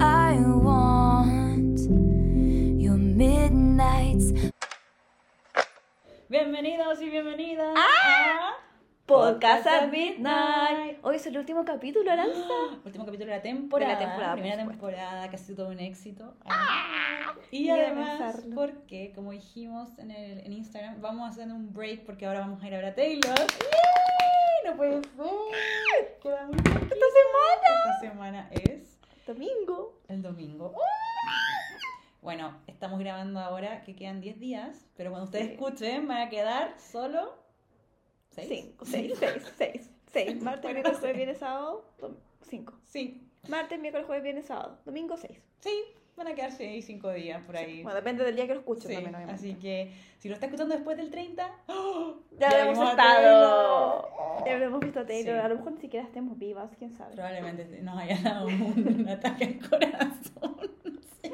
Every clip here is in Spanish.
I want your midnights. Bienvenidos y bienvenidas Ah, Podcast at Midnight. Hoy es el último capítulo, Aranza. a último capítulo de la temporada, De la temporada, por primera supuesto. Ah, temporada que ha sido todo un éxito. y Ni de además, pensarlo. porque como dijimos en, el, en Instagram, vamos a hacer un break porque ahora vamos a ir a ver a Taylor. No puede ser. Queda muy poquito. Esta semana. Esta semana es Domingo. el domingo. ¡Oh! Bueno, estamos grabando ahora que quedan 10 días, pero cuando ustedes Sí. escuchen van a quedar solo 6. Cinco, seis, seis, seis, seis. Martes, Bueno, miércoles, sí. jueves, viernes, sábado. dom- Cinco. Martes, miércoles, jueves, viernes, sábado. Domingo, seis. Sí, van a quedarse ahí cinco días por ahí. Bueno, depende del día que lo escuchen Sí, también, obviamente. así que si lo está escuchando después del 30, ¡oh! Ya habremos vimos a estado. Taylor. Ya habremos visto a Taylor. Sí. A lo mejor ni siquiera estemos vivas, quién sabe. Probablemente nos haya dado un ataque al corazón. Sí.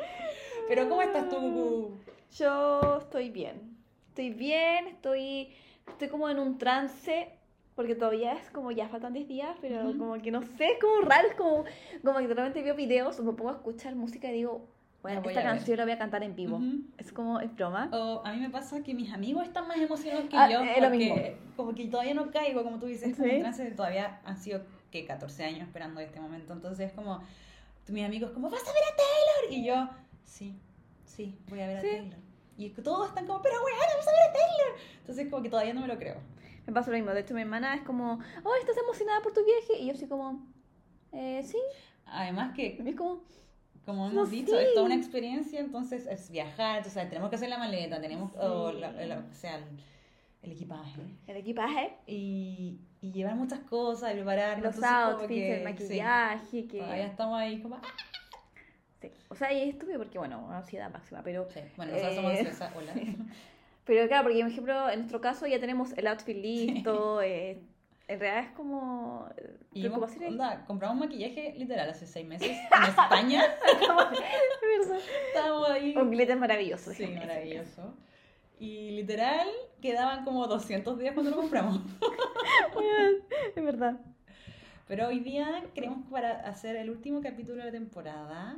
Pero ¿cómo estás tú, Cucú? Yo estoy bien. Estoy bien, estoy, estoy como en un trance. Porque todavía es como ya faltan 10 días, pero Ujú. como que no sé, es como raro, es como, como que de repente veo videos, me pongo a escuchar música y digo, La bueno, voy esta a ver". canción la voy a cantar en vivo. Ujú. Oh. Es como, es broma. O a mí me pasa que mis amigos están más emocionados que Ah, yo. es lo porque mismo. Como que todavía no caigo, como tú dices, como Sí. un trance de todavía han sido, que 14 años esperando este momento. Entonces es como, mis amigos como, ¿vas a ver a Taylor? Y yo, sí, sí, voy a ver Sí. a Taylor. Y es que todos están como, pero weón, vas a ver a Taylor. Entonces como que todavía no me lo creo. Me pasa lo mismo. De hecho, mi hermana es como, oh, estás emocionada por tu viaje. Y yo soy como, eh, sí. Además que, Y es como, como No, hemos dicho, es sí. toda una experiencia, entonces es viajar, o sea, tenemos que hacer la maleta, tenemos, o, Sí. la- la- o sea, el- el equipaje. el equipaje, y, y llevar muchas cosas y preparar los outfits, el maquillaje, que... todavía estamos ahí como ah, sí. O sea, y es estúpido porque, bueno, ansiedad máxima, pero... sí. bueno nosotros somos Eh, ansiosas hola Pero claro, porque, por ejemplo, en nuestro caso ya tenemos el outfit listo, eh, en realidad es como... eh, y yo, preocupaciones- onda, compramos maquillaje literal hace seis meses en España Es verdad. estábamos ahí Un glitter maravilloso. sí déjame decirte. maravilloso y literal quedaban como 200 días cuando lo compramos Es verdad. pero hoy día queremos para hacer el último capítulo de la temporada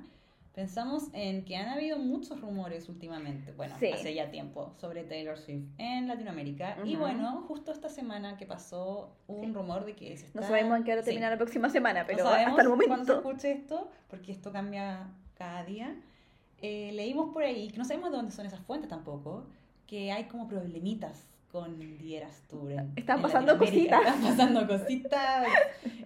Pensamos en que han habido muchos rumores últimamente, bueno, Sí. hace ya tiempo, sobre Taylor Swift en Latinoamérica. Y Ujú. bueno, justo esta semana que pasó un Sí. rumor de que se está... No sabemos en qué hora sí. termina la próxima semana, No pero sabemos hasta el cuándo se momento... escuche esto, porque esto cambia cada día. Eh, leímos por ahí, que no sabemos de dónde son esas fuentes tampoco, que hay como problemitas con Dieras Tour. en- Están en pasando Latinoamérica. cositas. Están pasando cositas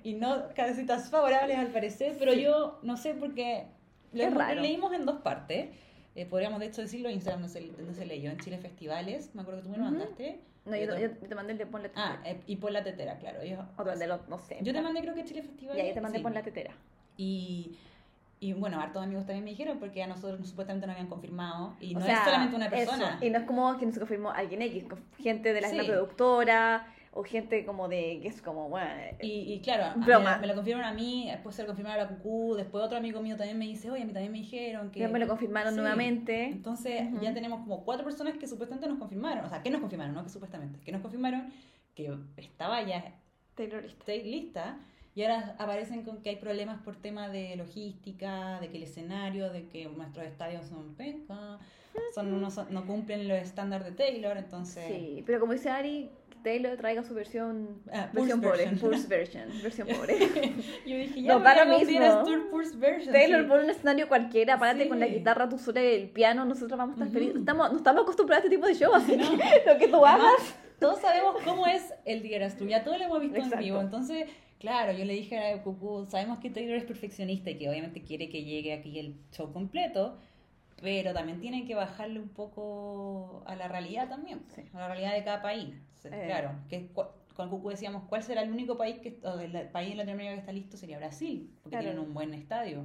y no cositas favorables al parecer, pero yo no sé porque lo Qué lo raro. leímos en dos partes. Eh, podríamos de hecho decirlo, Instagram no se, no se leyó, en Chile Festivales, me acuerdo que tú me lo Ujú. mandaste. No, yo, yo te mandé el de Ponle Ah, eh, y por la tetera, claro. ellos- O donde lo, no sé. yo te mandé creo que Chile Festivales. Y ahí te mandé sí. por la tetera. Y, y bueno, hartos amigos también me dijeron porque a nosotros supuestamente no habían confirmado. Y O no sea, es solamente una persona. eso. Y no es como que nos confirmó alguien X, con gente de la Sí. misma productora o gente como de que es como, bueno, eh, Y, y claro, a- Broma. Me, me lo confirmaron a mí, después se lo confirmaron a la Cucú, después otro amigo mío también me dice, oye, a mí también me dijeron que... ya me lo confirmaron Sí. nuevamente. Entonces Ujú. ya tenemos como cuatro personas que supuestamente nos confirmaron, o sea, que nos confirmaron, no que supuestamente, que nos confirmaron que estaba ya Terrorista. estoy lista y ahora aparecen con que hay problemas por tema de logística, de que el escenario, de que nuestros estadios son penca, son, no, son- no cumplen los estándares de Taylor, entonces... Sí, pero como dice Ari, que Taylor traiga su versión, Ah, versión Pulse pobre, version. Pulse version, versión pobre. Yo dije, No, ya da para lo mí mismo. Tour Pulse Version. Taylor, sí. pon un escenario cualquiera, párate con la Sí. guitarra, tú sola y el piano, nosotros vamos a estar Ujú. felices. Estamos, no estamos acostumbrados a este tipo de show, así No. que lo que tú Además, hagas. Todos sabemos cómo es el Dieras Tour, ya todo lo hemos visto en Exacto. vivo, entonces, claro, yo le dije a Cucú, sabemos que Taylor es perfeccionista y que obviamente quiere que llegue aquí el show completo, pero también tienen que bajarle un poco a la realidad también, Sí. a la realidad de cada país. Entonces, Eh. Claro, que cu- con Cucú decíamos, ¿cuál será el único país que o el país en Latinoamérica que está listo? Sería Brasil, porque Claro. tienen un buen estadio.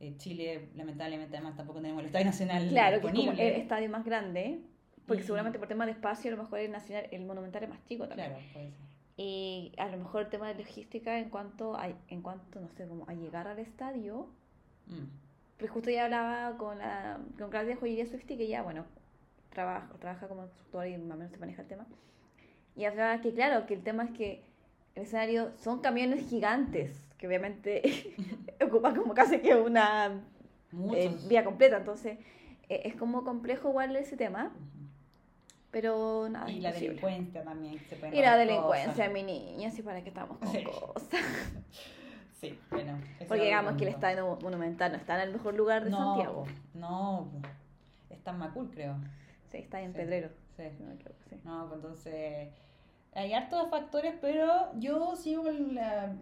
Eh, Chile, lamentablemente, además tampoco tenemos el estadio nacional Claro, que es como disponible. el estadio más grande, porque Y- seguramente por tema de espacio, a lo mejor el nacional, el monumental es más chico también. Claro, puede ser. Y a lo mejor el tema de logística en cuanto a, en cuanto, no sé, como a llegar al estadio. Mm. Pero justo ya hablaba con, la, con Claudia Joyería Swifty, que ya, bueno, trabaja, trabaja como instructora y más o menos se maneja el tema. Y hablaba que, claro, que el tema es que el escenario son camiones gigantes, que obviamente ocupan como casi que una eh, Muchos. vía completa, entonces eh, es como complejo igual ese tema, pero nada. y la imposible. delincuencia también. Se pueden Y la robar delincuencia, cosas. mi niña, así para que estamos con Sí. cosas. Sí, bueno. ese Porque era digamos otro que el punto. estadio monumental no está en el mejor lugar de no, Santiago. po, No, po. está en Macul, creo. Sí, está en Sí. Pedrero. Sí. si no me equivoco, sí. No, pues entonces hay hartos factores, pero yo sigo con la,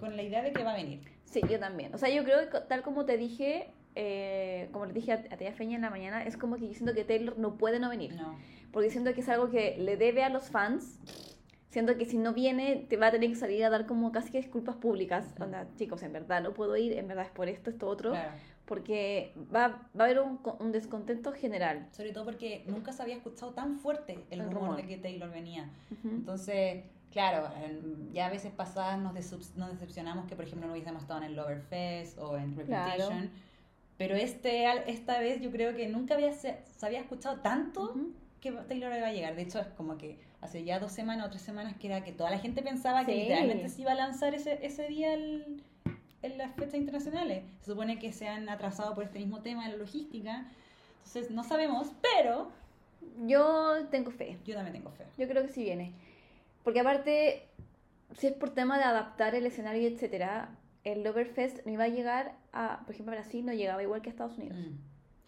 con la idea de que va a venir. Sí, yo también. O sea, yo creo que co- tal como te dije, eh, como le dije a, a tía Feña en la mañana, es como que yo siento que Taylor no puede no venir. No, Porque siento que es algo que le debe a los fans. Siento que si no viene, te va a tener que salir a dar como casi que disculpas públicas. Ujú. Onda, chicos, en verdad no puedo ir, en verdad es por esto, esto, otro. claro. Porque va, va a haber un, co- un descontento general. Sobre todo porque nunca se había escuchado tan fuerte el, El rumor, rumor. de que Taylor venía. Ujú. Entonces, claro, en- ya a veces pasadas nos, desub- nos decepcionamos que, por ejemplo, no hubiésemos estado en el Lover Fest o en Claro. Reputation. Pero este, al- esta vez yo creo que nunca había, se, se había escuchado tanto Ujú. que Taylor iba a llegar. De hecho, es como que hace ya dos semanas o tres semanas que era que toda la gente pensaba que Sí. literalmente se iba a lanzar ese, ese día el- en las fechas internacionales. Se supone que se han atrasado por este mismo tema de la logística. Entonces, no sabemos, pero Yo tengo fe. yo también tengo fe. Yo creo que sí viene. Porque aparte, si es por tema de adaptar el escenario, etcétera, el Loverfest no iba a llegar a, por ejemplo, a Brasil no llegaba igual que a Estados Unidos. Mm.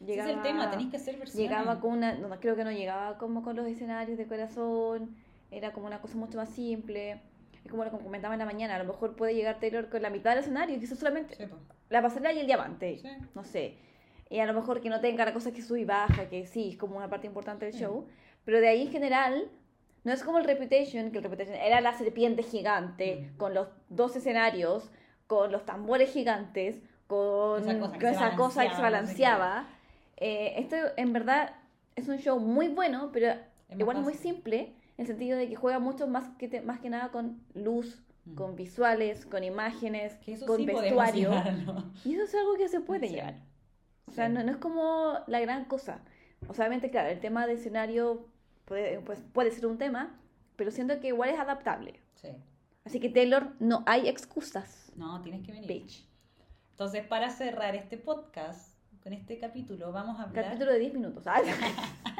Ese Llegaba, es el tema, tenéis que hacer versiones. llegaba con una, no, no, creo que no llegaba como con los escenarios de corazón, era como una cosa mucho más simple. Es como lo que comentaba en la mañana, a lo mejor puede llegar Taylor con la mitad del escenario, quizás solamente Sí, po. la pasarela y el diamante, Sí. no sé. Y a lo mejor que no tenga la cosa que sube y baja, que sí, es como una parte importante del Sí. show. Pero de ahí en general, no es como el Reputation, que el Reputation era la serpiente gigante, Mm. con los dos escenarios, con los tambores gigantes, con Esa cosa que con se esa cosa que se balanceaba, balanceaba. Eh, esto en verdad es un show muy bueno, pero Es más igual muy fácil. simple, en el sentido de que juega mucho más que, te- más que nada con luz, Mm. con visuales, con imágenes, Que eso con sí podemos vestuario. llevarlo. Y eso es algo que se puede Sí. llevar. O sea, Sí. no, no es como la gran cosa. O sea, obviamente, claro, el tema de escenario puede, pues, puede ser un tema, pero siento que igual es adaptable. Sí. Así que Taylor, no hay excusas. No, tienes que venir. Bitch. Entonces, para cerrar este podcast, con este capítulo, vamos a hablar. Capítulo de 10 minutos. Ay,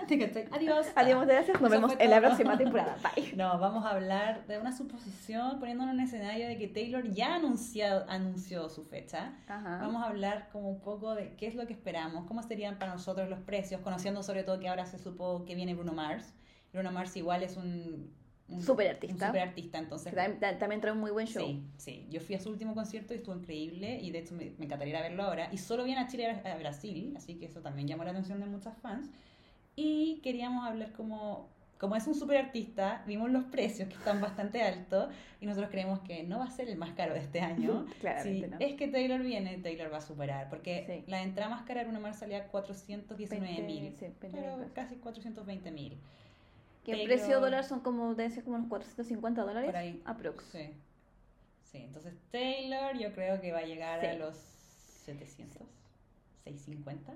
¿Te cachai? Adiós. Adiós, muchas gracias. Nos Eso vemos fue en la todo. próxima temporada. Bye. No, vamos a hablar de una suposición, poniéndonos en el escenario de que Taylor ya anunció, anunció su fecha. Ajá. Vamos a hablar como un poco de qué es lo que esperamos, cómo serían para nosotros los precios, conociendo sobre todo que ahora se supo que viene Bruno Mars. Bruno Mars igual es un... un Superartista. Un superartista, entonces... Que también, ta- también trae un muy buen show. Sí, sí. Yo fui a su último concierto y estuvo increíble y de hecho me, me encantaría ir a verlo ahora. Y solo viene a Chile y a a Brasil, así que eso también llamó la atención de muchas fans. Y queríamos hablar como, como es un super artista, vimos los precios que están bastante altos y nosotros creemos que no va a ser el más caro de este año. Si Claramente, ¿no? es que Taylor viene, Taylor va a superar, porque Sí. la entrada más cara de Bruno Mars salía 419 mil, 20, sí, 20 mil pero pesos. casi 420 mil. Que el Taylor- precio dólar son como, deben ser como unos 450 dólares. Por ahí. Aprox. Sí. Sí, entonces Taylor yo creo que va a llegar a Sí. los 700, 650.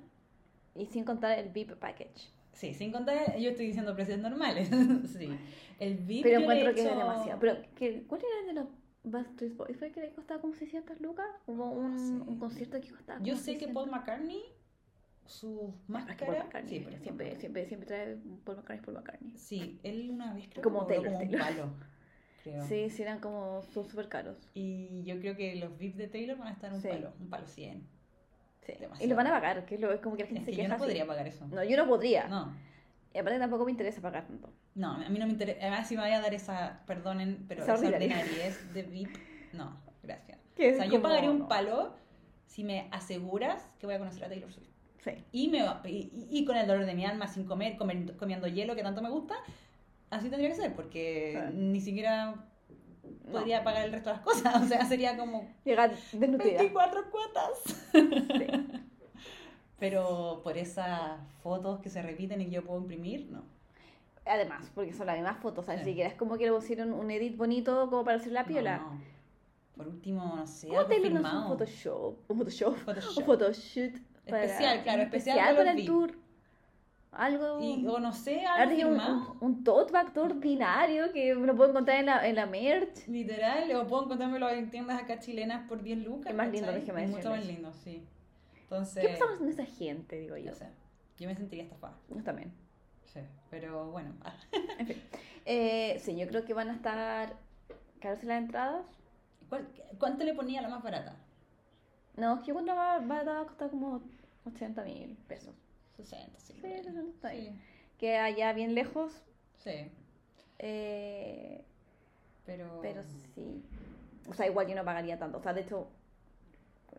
Y sin contar el VIP package. Sí, sin contar, yo estoy diciendo precios normales. sí. El VIP Pero yo le encuentro he que es hecho- demasiado. Pero, ¿qué- ¿Cuál era el de los Backstreet Boys? ¿Fue el que le costaba como 600 lucas? Hubo un, sé. un concierto que costaba Yo como sé que 600. Paul McCartney, Ah, su es que máscara. Paul McCartney. sí, por siempre, ejemplo. siempre, siempre trae Paul McCartney, Paul McCartney. Sí, él una vez creo Como que cobró Taylor, como un Taylor. palo, creo. Sí, sí, eran como, son súper caros. Y yo creo que los VIP de Taylor van a estar un Sí. palo, un palo 100. Sí. Y Demasiado. lo van a pagar, que es, lo, es como que la gente Es se que yo queja. no así. podría pagar eso. No, yo no podría. no. Y aparte tampoco me interesa pagar tanto. No, a mí no me interesa. Además, si me vaya a dar esa, perdonen, pero Esa esa ordinaria. ordinariez de VIP, no, gracias. Que O es sea, yo como- pagaría un no. palo si me aseguras que voy a conocer a Taylor Swift. Sí. Y, me, va- y, y- y con el dolor de mi alma, sin comer, comer- comiendo hielo que tanto me gusta, así tendría que ser, porque Ah. ni siquiera No. podría pagar el resto de las cosas. O sea, sería como Llegar desnutrida. 24 cuotas. Sí. Pero por esas fotos que se repiten y que yo puedo imprimir, no. Además, porque son las mismas fotos, así Sí. que es como que le pusieron un edit bonito como para hacer la No, piola. no. Por último, no sé, ¿Cómo algo Taylor no hizo un firmado. Photoshop? Un Photoshop. Photoshop. un photoshoot Especial, claro, especial para para los el VIP. tour. Algo. Y, o no sé, Ahora algo tiene un, firmado. un, un tote bag todo ordinario que lo puedo encontrar en la, en la merch. Literal, o puedo encontrármelo en tiendas acá chilenas por 10 lucas. Es más lindo, ¿cachai? déjeme Es Mucho decirles. más lindo, sí. Entonces, ¿Qué pasa con esa gente? Digo yo. yo sé, yo me sentiría estafada. Yo también. Sí, pero bueno, ah, Eh, sí, yo creo que van a estar caras las entradas. ¿cuál- ¿cuánto le ponía a la más barata? No, es que cuando va, va, va a costar como 80 mil pesos. 60, sí. Sí, bueno. 60 está bien. Sí, Que allá bien lejos. sí, eh, pero. pero sí. O sea, igual yo no pagaría tanto. O sea, de hecho,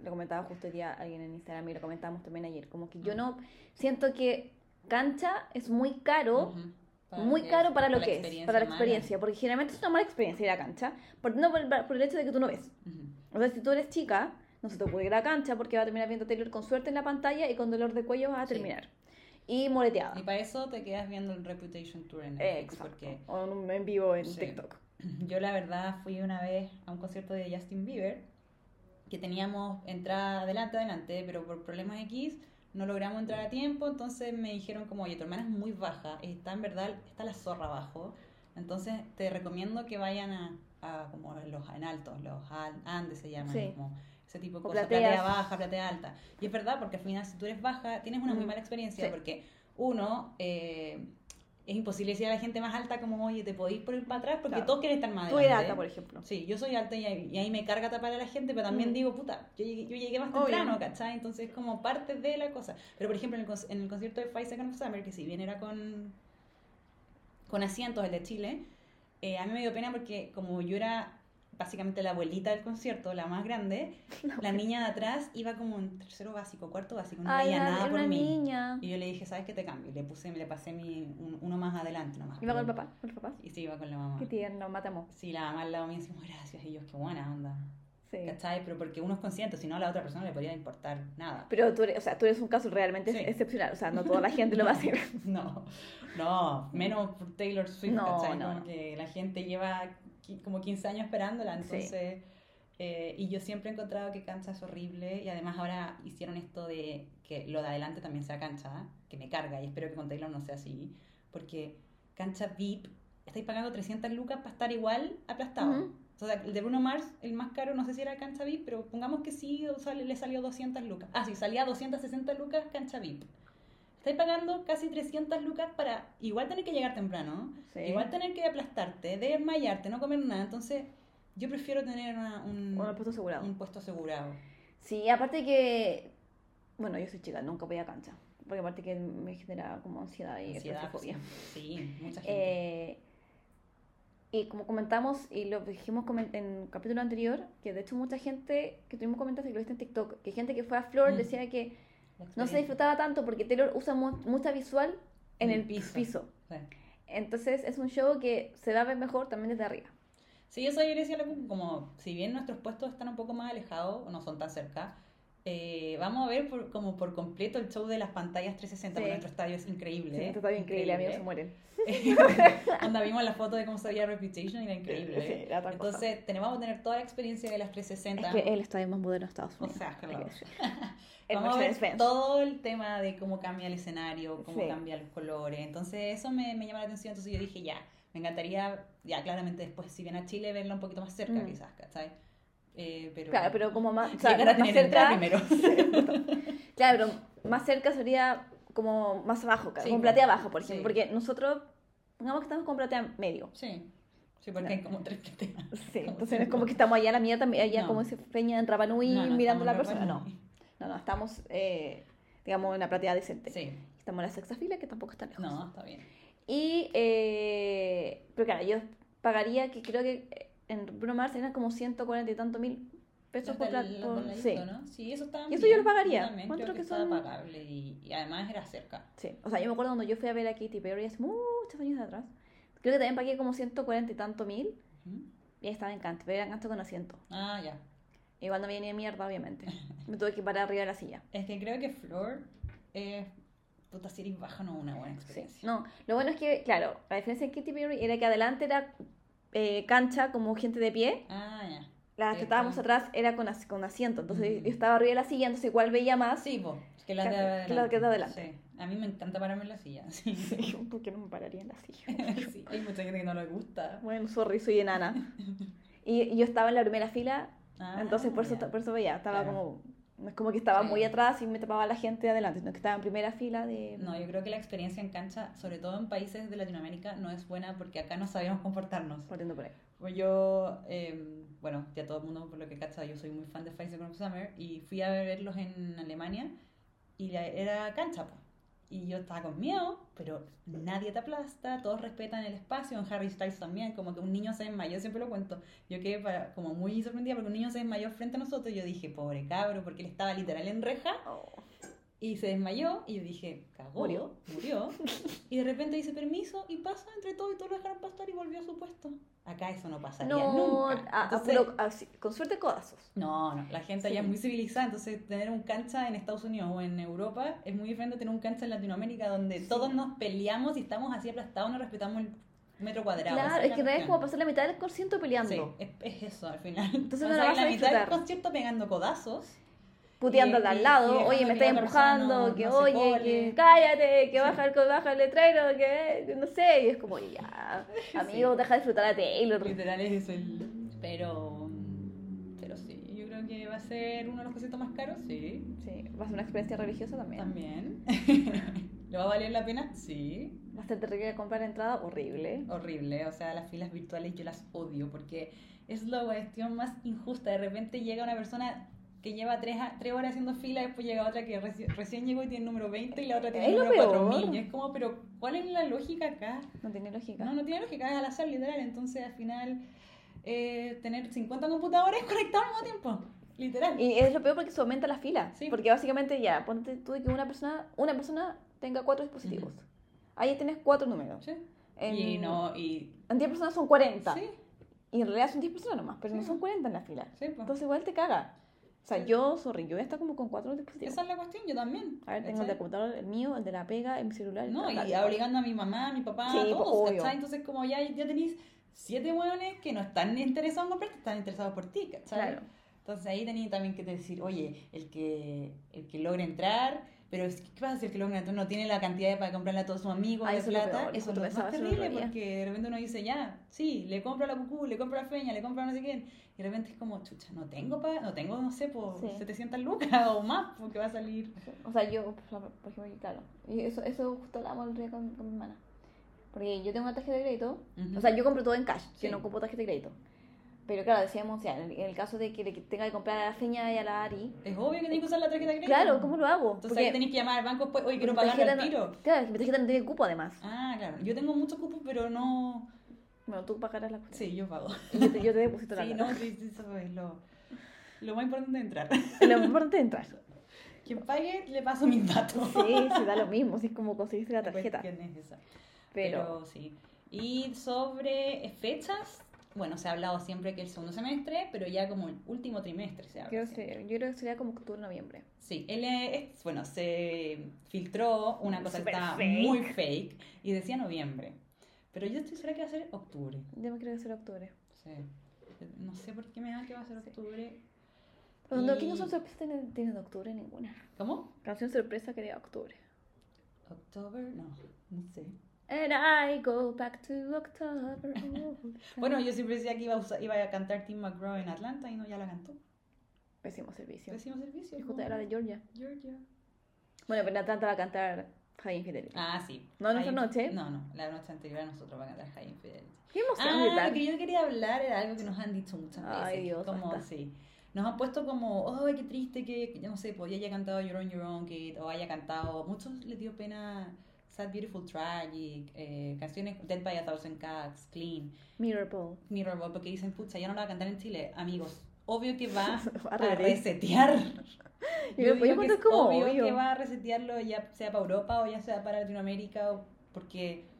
lo comentaba justo hoy día a alguien en Instagram y lo comentábamos también ayer. Como que yo Mm. no siento que cancha es muy caro. Ujú, Muy que- caro para lo la que es, experiencia para la humana. experiencia, porque generalmente es una mala experiencia ir a cancha, por, no por, por el hecho de que tú no ves. Ujú, O sea, si tú eres chica, no se te ocurre ir a la cancha porque va a terminar viendo Taylor con suerte en la pantalla y con dolor de cuello vas a Sí. terminar. Y moreteada. Y para eso te quedas viendo el Reputation Tour en Eh, Netflix, exacto. porque O en, un- en vivo en Sí. TikTok. Yo la verdad fui una vez a un concierto de Justin Bieber que teníamos entrada adelante, adelante, pero por problemas X no logramos entrar a tiempo, entonces me dijeron como, oye, tu hermana es muy baja, está en verdad, está la zorra abajo, entonces te recomiendo que vayan a, a como los en altos, los al- Andes se llaman, Sí. como ese tipo de O cosas, plateas. platea baja, platea alta. Y es verdad, porque al final si tú eres baja, tienes una muy Mm. mala experiencia, Sí. porque uno... eh, es imposible decir a la gente más alta como, oye, te podéis poner para atrás porque Claro. todos quieren estar más Tú eres adelante. alta, por ejemplo. Sí, yo soy alta y ahí, y ahí me carga tapar a la gente, pero también Mm. digo, puta, yo llegué, yo llegué más Obvio. temprano, ¿cachai? Entonces es como parte de la cosa. Pero por ejemplo, en el, con- en el concierto de Five Seconds of Summer, que si bien era con, con asientos, el de Chile, eh, a mí me dio pena porque como yo era básicamente la abuelita del concierto, la más grande, la niña de atrás iba como en tercero básico, cuarto básico, no Ay, veía era- nada era por una mí. niña. Y yo le dije, ¿sabes qué? Te cambio. Y Le puse, le pasé mi, un- uno más adelante nomás. Iba con el pero- papá, con el papá. Y sí, iba con la mamá. Qué tierno, matamos. Sí, la mamá al lado mío decimos gracias, y yo, qué buena onda. Sí. ¿Cachai? Pero porque uno es consciente, si no a la otra persona le podría importar nada. Pero tú eres, o sea, tú eres un caso realmente Sí. excepcional. O sea, no toda la gente lo va a hacer. No, no, menos por Taylor Swift, No, ¿cachai? no, Como no. que la gente lleva qui- como 15 años esperándola, Sí. entonces... eh, y yo siempre he encontrado que cancha es horrible y además ahora hicieron esto de que lo de adelante también sea cancha, que me carga y espero que con Taylor no sea así, porque cancha VIP, estáis pagando 300 lucas para estar igual aplastado. Ujú. O sea, el de Bruno Mars, el más caro, no sé si era cancha VIP, pero pongamos que sí o sale- le salió 200 lucas. Ah, sí, salía 260 lucas cancha VIP. Estáis pagando casi 300 lucas para igual tener que llegar temprano, Sí. igual tener que aplastarte, desmayarte, no comer nada. Entonces, yo prefiero tener una- un, Bueno, puesto asegurado. un puesto asegurado. Sí, aparte que. Bueno, yo soy chica, nunca voy a cancha. Porque aparte que me genera como ansiedad y Ansiedad, claustrofobia. Sí, mucha gente. Eh, y como comentamos y lo dijimos comen- en el capítulo anterior, que de hecho mucha gente que tuvimos comentarios que lo viste en TikTok, que gente que fue a Flor Mm. decía que La no se experiencia. disfrutaba tanto porque Taylor usa mu- mucha visual en el piso. Sí. Entonces es un show que se va a ver mejor también desde arriba. Sí, eso yo le decía a la Cucu, como si bien nuestros puestos están un poco más alejados, o no son tan cerca, eh, vamos a ver por- como por completo el show de las pantallas 360, Sí. porque nuestro estadio es increíble. Sí, esto está bien increíble, amigos, se mueren. Onda, vimos la foto de cómo salía Reputation y era increíble. Sí, era otra cosa. Entonces, tenemos, vamos a tener toda la experiencia de las Es 360. que el estadio más moderno de Estados o Unidos. sea, hay que claro. decirlo. El Vamos a ver Mercedes-Benz. todo el tema de cómo cambia el escenario, cómo Sí. cambia los colores. Entonces, eso me, me llama la atención. Entonces, yo dije, ya, me encantaría, ya claramente después, si viene a Chile, verlo un poquito más cerca, Mm. quizás, ¿cachai? Eh, pero, Claro, pero como más, o sea, Llegar a más tener cerca, entrada primero. Claro, pero más cerca sería como más abajo, Sí, con po. platea baja, por ejemplo, Sí. porque nosotros, digamos que estamos con platea medio. sí, sí, porque Claro. hay como tres plateas. Sí, Como entonces no es cinco. como que estamos allá a la mierda, allá No. como ese peña en Rapanui No, no, mirando a la estamos en persona. Rapanui. No, no, no, estamos, eh, digamos, en una platea decente. Sí, Estamos en la sexta fila, que tampoco está lejos. no, está bien. Y, eh, pero claro, yo pagaría que creo que eh, en Bruno Mars eran como 140 y tanto mil pesos Los por del- platea. los del sí. ladito, ¿no? Sí, eso estaba Y eso bien. yo lo pagaría. también ¿Cuánto creo que que estaba son? pagable y, y además era cerca. Sí, o sea, yo me acuerdo cuando yo fui a ver a Katy Perry hace muchos años atrás. Creo que también pagué como 140 y tanto mil. Ujú. Y ahí estaba en canto, pero era canto con asiento. Ah, ya. Igual no venía mierda, obviamente. Me tuve que parar arriba de la silla. Es que creo que Flor es. Puta, si eres baja, no es una buena Sí. experiencia. No, lo bueno es que, claro, la diferencia de Katy Perry era que adelante era eh, cancha como gente de pie Ah, ya. las Sí, que estábamos está. atrás era con, as- con asiento, entonces Mm. yo estaba arriba de la silla, entonces igual veía más. Ah, Sí, po, que la Ca- de que adelante. la que de adelante. Sí. A mí me encanta pararme en la silla. Sí. porque no me pararía en la silla. Sí, Hay mucha gente que no le gusta. Bueno, sorry, soy enana. Y, y yo estaba en la primera fila, Ah, entonces por eso, ya. por eso veía, estaba Claro. como... No es como que estaba Sí. muy atrás y me tapaba la gente de adelante, sino que estaba en primera fila de... No, yo creo que la experiencia en cancha, sobre todo en países de Latinoamérica, no es buena porque acá no sabíamos comportarnos. Partiendo por ahí. Pues yo, eh, bueno, ya todo el mundo por lo que cacha, yo soy muy fan de Five Seconds of Summer y fui a verlos en Alemania y la- era cancha, po. Y yo estaba con miedo, pero nadie te aplasta, todos respetan el espacio, en Harry Styles también, como que un niño se desmayó, siempre lo cuento. Yo quedé para- como muy sorprendida porque un niño se desmayó frente a nosotros y yo dije, pobre cabro, porque él estaba literal en reja Oh. y se desmayó y yo dije, cagó, Murió. murió. Y de repente dice permiso y pasa entre todo y todos lo dejaron pasar y volvió a su puesto. Acá eso no pasaría No, nunca. a- a Entonces- puro- a- sí, con suerte codazos. no, no, la gente allá Sí. es muy civilizada, entonces tener un cancha en Estados Unidos o en Europa es muy diferente a tener un cancha en Latinoamérica donde Sí. todos nos peleamos y estamos así aplastados, no respetamos el metro cuadrado. Claro, Esa es la que no es cuestión. como pasar la mitad del concierto Sí, peleando, es, es eso al final. Entonces, no la ahí vas la a mitad del disfrutar. concierto pegando codazos. puteando Y- al y- y lado, dejando oye, me que la estás empujando, persona que no- no se oye, que cole. cállate, que Sí. baja el, co- baja el letrero, que eh, no sé, y es como, ya, amigo, Sí. deja de disfrutar a Taylor. Literal es eso el... Pero... Pero sí, yo creo que va a ser uno de los conciertos más caros. Sí. Sí, va a ser una experiencia religiosa también. También. ¿Lo va a valer la pena? Sí. Va a ser terrible comprar entrada, horrible. Horrible. O sea, las filas virtuales yo las odio porque es la cuestión más injusta. De repente llega una persona que lleva tres, a- tres horas haciendo fila, después llega otra que reci- recién llegó y tiene el número 20 y la otra tiene el Es lo número peor. 4000. Y es como, pero ¿cuál es la lógica acá? No tiene lógica. No, no tiene lógica, es al azar literal. Entonces, al final, eh, tener 50 computadores conectados al mismo tiempo. Literal. Y es lo peor porque se aumenta la fila. Sí. Porque básicamente ya, ponte tú de que una persona, una persona tenga cuatro dispositivos. Ahí tienes cuatro números. Sí. En, Y no, y. en 10 personas son 40. Sí, Y en realidad son 10 personas nomás, pero no Sí. son 40 en la fila. sí, pues. Entonces igual te caga. O sea, Sí. yo, sorry, yo está como con cuatro dispositivos. Esa es la cuestión, yo también. A ver, tengo el ¿cachai? del computador, el mío, el de la pega, el mi celular. No, y tal, tal. obligando a mi mamá, a mi papá, Sí, a pues, todos, obvio. ¿cachai? Entonces, como ya, ya tenéis siete hueones que no están interesados en comprarte, están interesados por ti, ¿cachai? Claro. Entonces ahí tenía también que decir, oye, el que, el que logre entrar, pero es que, ¿qué pasa si el que logra entrar no tiene la cantidad de- para comprarle a todos sus amigos Ah, de eso es lo plata? peor, eso es justo lo pensaba más eso el terrible, otro día. porque de repente uno dice, ya, sí, le compro a la cucú, le compro a la feña, le compro a no sé quién, y de repente es como, chucha, no tengo, pa, no tengo, no sé, por Sí. 700 lucas o más, porque va a salir... O sea, yo, por por ejemplo, claro. Y eso, eso justo hablábamos el otro día con, con mi hermana. Porque yo tengo una tarjeta de crédito. Ujú. O sea, yo compro todo en cash, Sí. yo no compro tarjeta de crédito. Pero claro, decíamos, o sea, en el, en el caso de que le tenga que comprar a la feña y a la Ari. Es obvio que tenés que usar la tarjeta de crédito. Claro, ¿cómo lo hago? Entonces ahí tenés que llamar al banco después, oye, quiero mi pagar al tarjeta tiro. no- Claro, es que mi tarjeta no tiene cupo además. Ah, claro. Yo tengo muchos cupos, pero no... Bueno, tú pagarás la cuestión. Sí, yo pago. Y yo te, yo te deposito la Sí, plata. no, sí, sí, eso es lo, lo más importante de entrar. Lo importante es entrar. Quien pague, le paso mis datos. Sí, se da lo mismo, si es como conseguiste la tarjeta. cuestión es esa. Pero, sí. Y sobre eh, fechas, bueno, se ha hablado siempre que el segundo semestre, pero ya como el último trimestre se habla. creo siempre. que- yo creo que sería como octubre, noviembre. Sí, él eh, es- bueno, se filtró una cosa que Súper estaba fake. muy fake y decía noviembre. Pero yo estoy segura que va a ser octubre. Yo me creo que será octubre. Sí. No sé por qué me da que va a ser octubre. Pero no, ¿qué Y- canción sorpresa tiene, tiene de octubre? Ninguna. ¿Cómo? Canción sorpresa que diga octubre. October, no, no sé. And I go back to October. all the time. Bueno, yo siempre decía que iba a, usa- iba a cantar Tim McGraw en Atlanta y no, ya la cantó. Pésimo servicio. Pésimo servicio. Y justo ¿no? era de Georgia. Georgia. Bueno, pero en Atlanta va a cantar High Infidelity. Ah, sí. No, no ¿eh? esa High- noche. No, no, la noche anterior a nosotros va a cantar High Infidelity. Qué emoción, Ah, ¿verdad? lo que yo quería hablar era algo que nos han dicho muchas veces. Ay, Dios, como, basta. sí. Nos han puesto como, ay, qué triste que, que, no sé, pues ya haya cantado Your Own Your Own Kid, o haya cantado, muchos les dio pena Sad Beautiful Tragic, eh, canciones Dead by a Thousand Cats, Clean, Mirror Ball. Mirrorball, porque dicen, pucha, ya no la va a cantar en Chile. Amigos, obvio que va A a repetir. resetear. Yo, yo, digo que cuento pues, es como obvio obvio. que va a resetearlo ya sea para Europa o ya sea para Latinoamérica, o- porque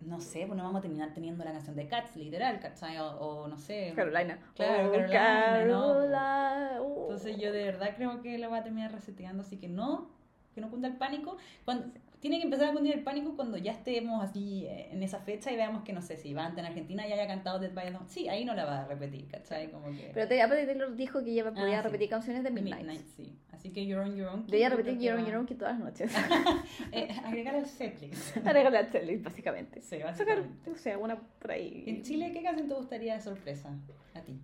no sé, pues no vamos a terminar teniendo la canción de Cats, literal, ¿cachai? O, o no sé. Carolina. Oh, Claro, Carolina, no. Carola, oh. Entonces yo de verdad creo que lo va a terminar reseteando, así que no, que no cunda el pánico. Cuando, tiene que empezar a cundir el pánico cuando ya estemos así eh, en esa fecha y veamos que, no sé, si Banta en Argentina ya haya cantado Dead by Dawn. Sí, ahí no la va a repetir, ¿cachai? Como que... Pero te- aparte Taylor dijo que ella podía Ah, sí. repetir canciones de Midnight. Midnight, sí. Así que You're on Your Own. Yo ya yo repetí creo que Jerome va- Jerome que todas las noches. Eh, agregar al set, please. Para la playlist, básicamente. Sí, Sacar, básicamente. no sé, alguna por ahí. En Chile, ¿qué canción te gustaría de sorpresa a ti?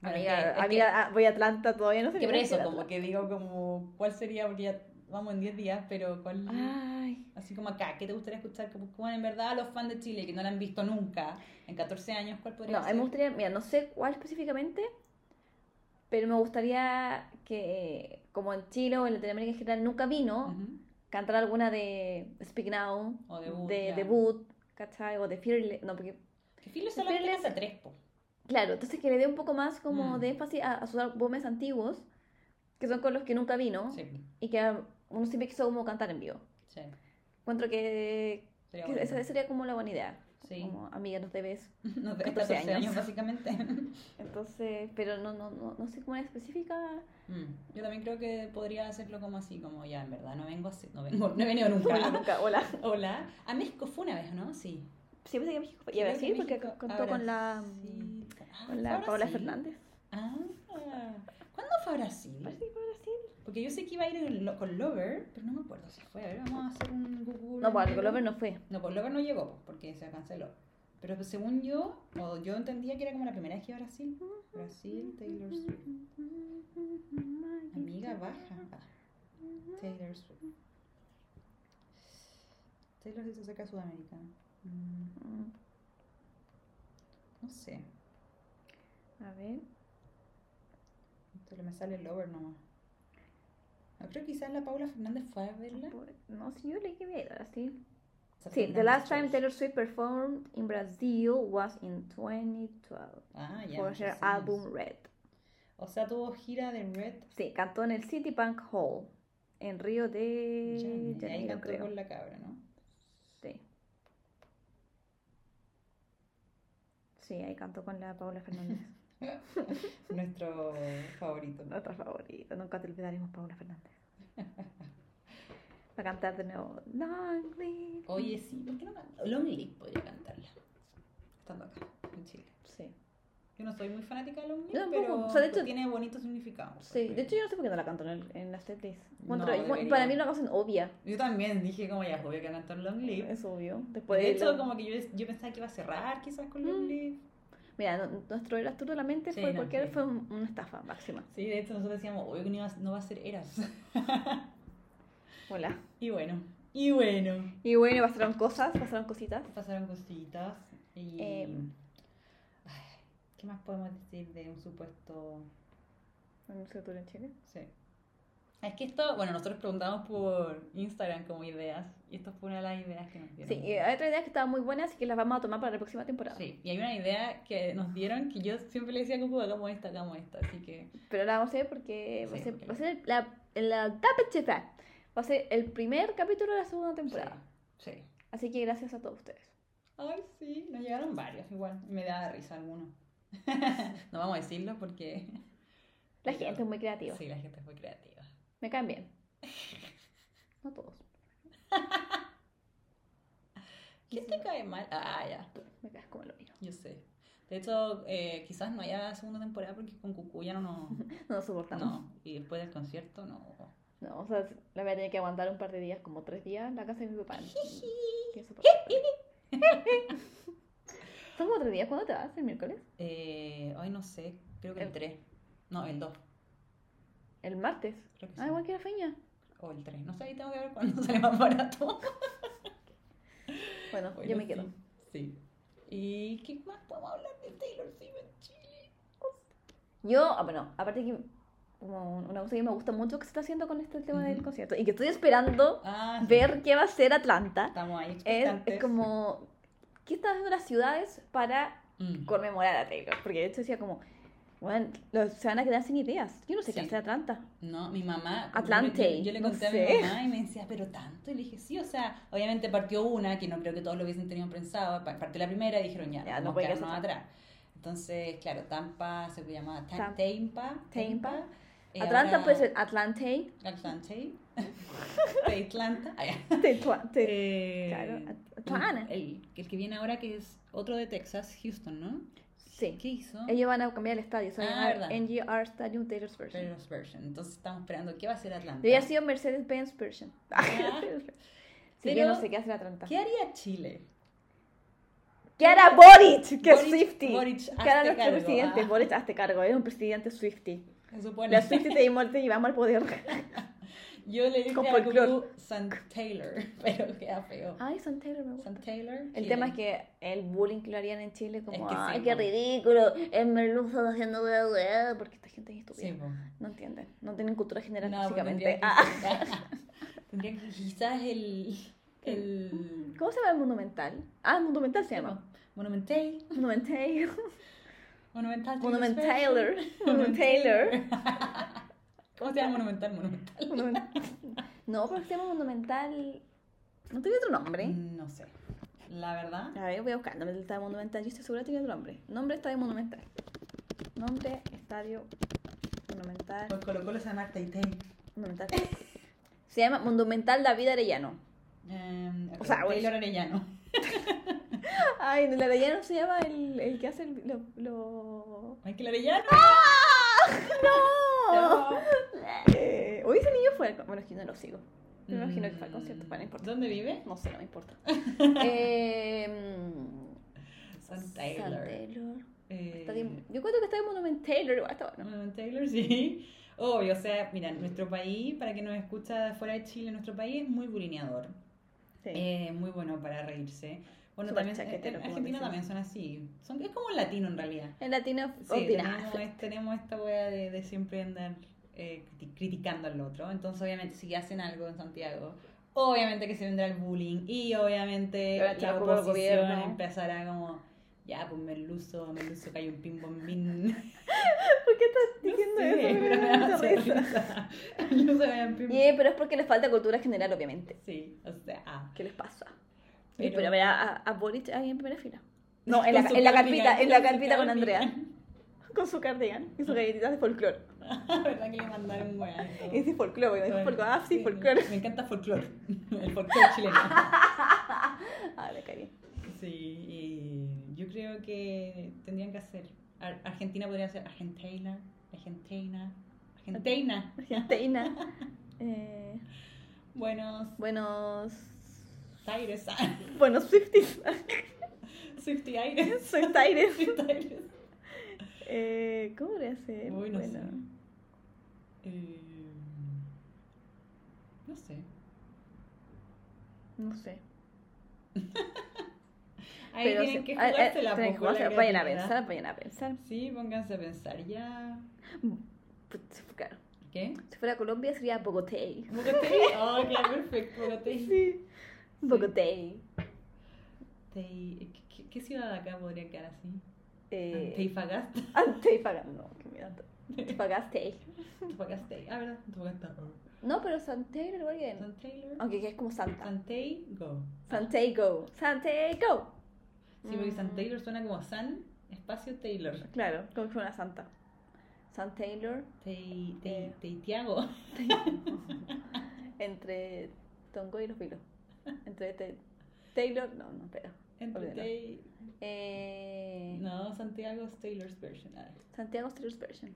Bueno, es que- Amiga, es que- amiga ah, voy a Atlanta todavía, no sé que por qué eso, hacer como Atlanta. que digo, como, ¿cuál sería? Porque ya vamos en 10 días, pero ¿cuál? Ay, Así como acá, ¿qué te gustaría escuchar? Como, bueno, en verdad, a los fans de Chile que no la han visto nunca, en 14 años, ¿cuál podría no, a mí ser? me gustaría, mira, no sé cuál específicamente, pero me gustaría que, como en Chile o en Latinoamérica en general, nunca vino, Ujú. cantar alguna de Speak Now, O de Boot, de ya. Debut, ¿cachai? O de Fearless, no, porque Que Philo solamente Fearless- canta tres, po. Claro, entonces que le dé un poco más como Mm. de énfasis a, a sus álbumes antiguos, que son con los que nunca vino, Sí, y que ah, uno siempre quiso como cantar en vivo. sí. Encuentro que, Sería que bonito. esa sería como la buena idea. Sí. Como, amiga, nos debes. No, de 14 14 años, años. básicamente. Entonces, pero no, no, no, no sé cómo era específica. Mm. Yo también creo que podría hacerlo como así, como ya, en verdad, no vengo así, no vengo, no he venido No, yo nunca. nunca, hola. Hola. A México fue una vez, ¿no? Sí. Sí, pensé que México fue- Y a Creo que Brasil, porque México- contó a con la, mm, Brasil. Ah, con ¿fue la a Paola Brasil? Fernández. Ah. ¿Cuándo fue a Brasil? Parece que fue a Brasil. Porque yo sé que iba a ir en lo- con Lover, pero no me acuerdo si fue. A ver, vamos a hacer un Google. No, pues Lover no fue. No, pues Lover no llegó, pues, porque se canceló. Pero pues, según yo, o yo entendía que era como la primera vez que iba a Brasil. Brasil, Taylor Swift. Mm, Amiga baja. Ah, mm, Taylor Swift. Taylor Swift se acerca a Sudamérica. Mm, Mm, No sé. A ver. Solo me sale Lover nomás. No, creo que quizás la Paula Fernández fue a verla. No, sí, yo leí que había ido a Brasil. Esa Sí, the Fernández last time Church. Taylor Swift performed in Brazil was in 2012 Ah, ya. for her entonces- álbum Red. O sea, tuvo gira de Red. Sí, cantó en el Citibank Hall en Río de Jam, y ahí Janeiro, cantó creo. con la cabra, ¿no? Sí. Sí, ahí cantó con la Paola Fernández. Nuestro favorito. Nuestra favorita, nunca te olvidaremos Paola Fernández. Va a cantar de nuevo Long Live. Oye, sí, ¿por qué no canta? Long Live podría cantarla. Estando acá, en Chile. Sí. Yo no soy muy fanática de Long Yo Live, tampoco. pero O sea, de hecho- tiene bonito significado. Sí, de porque- hecho yo no sé por qué no la cantó en, el- en las setlist. Bueno, No, y- bueno, debería. para mí es una canción obvia. Yo también dije como ya, obvio que va a cantar Long Live. Es obvio. Después de hecho, lo- como que yo, yo pensaba que iba a cerrar quizás con Long Mm. Live. Mira, no- nuestro era de la mente Sí, fue no, cualquier sí. fue un- una estafa máxima. Sí, de hecho nosotros decíamos, obvio que no, iba a- no va a ser Eras. Hola. y bueno, y bueno. Y bueno, pasaron cosas, pasaron cositas. Pasaron cositas y... Em. Ay, ¿Qué más podemos decir de un supuesto... Anuncio de tour en Chile. Sí. Es que esto, bueno, nosotros preguntamos por Instagram como ideas y esto fue una de las ideas que nos dieron. Sí, eh, y hay otras ideas que estaban muy buenas, así que las vamos a tomar para la próxima temporada. Sí, y hay una idea que nos dieron que yo siempre le decía a Cucu, hagamos esta, hagamos esta, así que... Pero la vamos a ver porque va a Sí, ser, porque- va a ser la, la tapecheta. Va a ser el primer capítulo de la segunda temporada. Sí. sí. Así que gracias a todos ustedes. Ay, sí, nos llegaron varios igual. Me da risa algunos. no vamos a decirlo porque... La gente es muy creativa. Sí, la gente fue creativa. Me caen bien. No todos. ¿Quién te cae mal? Ah, ya, Tú, me caes como lo mío. yo sé. De hecho, eh, quizás no haya segunda temporada porque con Cucu ya no nos... No nos soportamos. No, y después del concierto no... No, o sea, la voy a tener que aguantar un par de días, como tres días, en la casa de mi papá. Que es soportable. Son como tres días, ¿cuándo te vas? ¿El miércoles? Eh, hoy no sé, creo que el El- 3. No, el 2. ¿El martes? Creo que Ah, sí. igual que la feña. O el 3. No sé, ahí tengo que ver cuándo sale más barato. Bueno, yo Bueno, me quedo. sí, Sí. ¿Y qué más podemos hablar de Taylor Swift en Chile? Yo, ah, bueno, aparte que como una cosa que me gusta mucho que se está haciendo con este tema del Ujú. concierto y que estoy esperando Ah, sí. ver qué va a hacer Atlanta Estamos ahí es, expectantes. es como, ¿qué están haciendo las ciudades para Mm. conmemorar a Taylor, porque de hecho decía como, bueno, los, se van a quedar sin ideas. Yo no sé Sí. qué hacer Atlanta. No, mi mamá. Atlante, Yo, yo le no conté a mi sé. mamá y me decía, pero tanto. Y le dije, sí, o sea, obviamente partió una que no creo que todos lo hubiesen tenido pensado. pa- Partió la primera y dijeron, ya, Ya, vamos no a puede que quedarnos sea atrás. Entonces, claro, Tampa se llamaba Ta- Tam- Tampa. Tampa. Tampa. Eh, Atlanta pues, ahora- puede ser Atlante. Atlante. De Atlanta. Ah, ya. Tetla- te- Eh, claro, At- Atlanta. El, el que viene ahora que es otro de Texas, Houston, ¿no? Sí. ¿Qué hizo? Ellos van a cambiar el estadio, se va a Ah, llamar verdad. NGR Stadium Taylor's Version. Taylor's version. Entonces estamos esperando qué va a ser Atlanta. Debería haber sido Mercedes-Benz Version. Ah. Sí, yo Pero- no sé qué hace Atlanta. ¿Qué haría Chile? ¿Qué hará Boric? Que es Boric- Swifty. Boric, ¿Qué hará hazte nuestro cargo, presidente? ah. Boric, hazte cargo, es un presidente Swifty. Se supone. La Swifty te, dimos- te llevamos al poder. Yo le dije Con a folclor. Cucu San Taylor, pero queda feo. Ay, San Taylor me gusta. San Taylor. El Chile. tema es que el bullying que lo harían en Chile, como, Es que sí, ay, qué po. ridículo, el merluzo haciendo bla, bla", porque esta gente es estúpida. Sí, po. No entienden, no tienen cultura general No, pues, básicamente. tendrían que- Ah, tendrían que quizás el. el ¿Cómo se llama el monumental? Ah, el monumental se llama. Monumental. Monumental. Monumental. Monumental Taylor. Taylor. Monumental Taylor. ¿Cómo se llama Monumental? Monumental. Monumental. No, pero se llama monumental. No tiene otro nombre. No sé. La verdad. A ver, voy a buscar. Nombre del estadio monumental. Yo estoy segura que tiene otro nombre. Nombre estadio monumental. Nombre estadio monumental. Pues Colo Colo se llama Teitei. Monumental. Se llama Monumental David Arellano. Eh, O sea, Taylor bueno. Arellano. Ay, el Arellano se llama el, el que hace el, lo, lo- Michael Arellano. ¡No! Chao. Eh, Hoy ese niño fue al con- Bueno, es que yo no lo sigo. Yo me imagino que fue al concierto, pero no importa. Mm. ¿Dónde vive? No sé, no me importa. eh, mm, San San Taylor. Taylor. Eh, Está bien. Yo cuento que está en Monument Taylor, igual está bueno. Monumental Taylor, sí. Obvio, o sea, mira, nuestro país, para que nos escucha de fuera de Chile, nuestro país es muy bulineador. Sí. Eh, muy bueno para reírse. Bueno, Súper también en- en chaquetero, como Argentina decimos. también son así. Son, es como el latino en realidad. el latino Sí, ordinario. tenemos, es- tenemos esta wea de, de siempre andar eh, criti- criticando al otro. Entonces, obviamente, si hacen algo en Santiago, obviamente que se vendrá el bullying y obviamente Ahora la, Chaco por el oposición gobierno. empezará como, ya, pues Merluzo, Merluzo, que hay un pin bombín. ¿Por qué estás diciendo Sí, eso? Me pero me da da mucha mucha risa. risa. Merluzo, que hay un pin bombín. Yeah, pero es porque les falta cultura general, obviamente. Sí, o sea, ah, ¿Qué les pasa? Pero- Pero, pero ver a, a- a Boric ahí en primera fila. No, en la, Con su en la cardigan, carpita, en la con su carpita con cardigan. Andrea. Con su cardigan y sus galletitas de folclore. ¿Verdad que le mandaron weá? y todo? Y dice folclore, porque me dijo folclore. Ah, sí, folclore. Me encanta folclore, el folclore chileno. Ah, le caí bien. Sí, y yo creo que tendrían que hacer. Ar- Argentina podría ser Argentina, Argentina, Argentina. Argentina. Eh, Buenos buenos. Aires. Buenos Swifties. Swifty Aires. Soy Taires. Swifty Aires. Eh, ¿Cómo podría ser? Uy, no bueno, sé. Eh, no sé. no sé. Ahí Pero tienen sí, que ah, eh, jugársela. tienen que po, con la jugársela. Vayan a creatividad. pensar, vayan a pensar. Sí, pónganse a pensar ya. Put- si fu- claro, ¿Qué? Si fuera Colombia sería Bogotá. Bogotá. Oh, claro, perfecto. Bogotá. Sí. Bogotá. Tei- ¿Qué, qué ciudad de acá podría quedar así? Eh, Antofagasta. Antofagasta. No, qué miedo. Antofagasta. Antofagasta. Ah, ¿verdad? Antofagasta. No, pero Santiago igual bien. San Taylor. Aunque que es como Santa. San Tay, go. Santiago. Santiago. Sí, porque San Mm. Taylor suena como San espacio Taylor. Claro, como que fue una santa. San Taylor Tei, Eh. tei, tei Tiago. entre Tongo y los Vilos. Entre Te- Taylor, no, no, espera. Entre Olvídalo. Tei. Eh, No, Santiago es Taylor's version. Ah, Santiago Taylor's Version.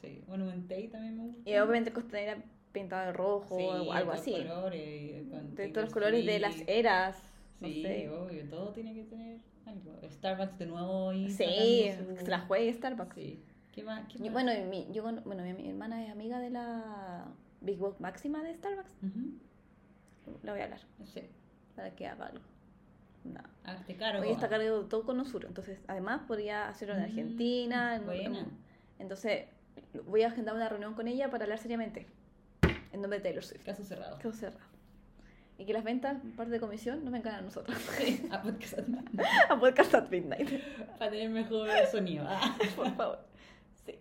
sí. Bueno, en Tei también me gusta. Y obviamente Costanera pintado de rojo Mm. Sí, o algo todos así. Colores, con de Taylor todos los colores de las Swift. eras. No Sí, sé. obvio, todo tiene que tener algo. Starbucks de nuevo hoy. Sí, sacando que su- se la juegue Starbucks. Sí. ¿Qué más? ¿Qué Y más? bueno, y mi, yo, con- bueno, mi, mi hermana es amiga de la Big Box Máxima de Starbucks. Ujú, La voy a hablar Sí. para que haga algo. No. Arte Ah, este caro. Hoy está cargado todo con nosotros, entonces además podría hacerlo en Mm, Argentina. en- buena. en- entonces voy a agendar una reunión con ella para hablar seriamente en nombre de Taylor Swift. Caso cerrado. Quedó cerrado. Y que las ventas, parte de comisión, nos vengan a nosotros. Sí, a Ah, podcast. a Podcast at Midnight. Para tener mejor sonido. Ah. Por favor. Sí.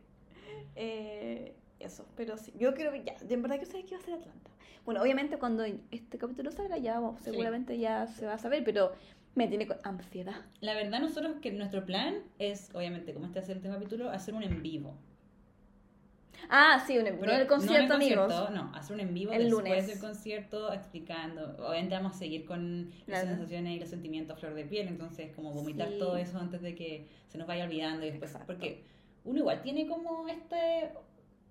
Eh, eso, pero sí. Yo creo que ya, de verdad que sabes que va a ser Atlanta. Bueno, obviamente cuando este capítulo salga ya vamos, Sí. seguramente ya se va a saber, pero me tiene con ansiedad. La verdad, nosotros que nuestro plan es, obviamente, como este es el último capítulo, hacer un en vivo. Ah, sí, un, no el concierto, no en amigos. concierto, no, hacer un en vivo El después lunes. del concierto explicando. Obviamente vamos a seguir con las Claro. sensaciones y los sentimientos a flor de piel, entonces como vomitar Sí. todo eso antes de que se nos vaya olvidando y después. Exacto. Porque uno igual tiene como este.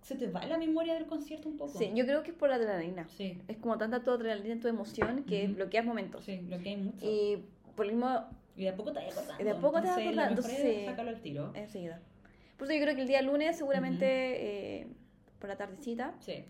Se te va la memoria del concierto un poco. Sí, yo creo que es por la adrenalina. sí, Es como tanta tu adrenalina, tu emoción, que Ujú. bloqueas momentos. sí, lo que hay mucho. Y, Y por lo mismo, de a poco te vas acordando. de a poco te vas entonces, lo acordando, mejor es sí. sacarlo al tiro. enseguida. Por eso yo creo que el día lunes, seguramente eh, por la tardecita, Sí,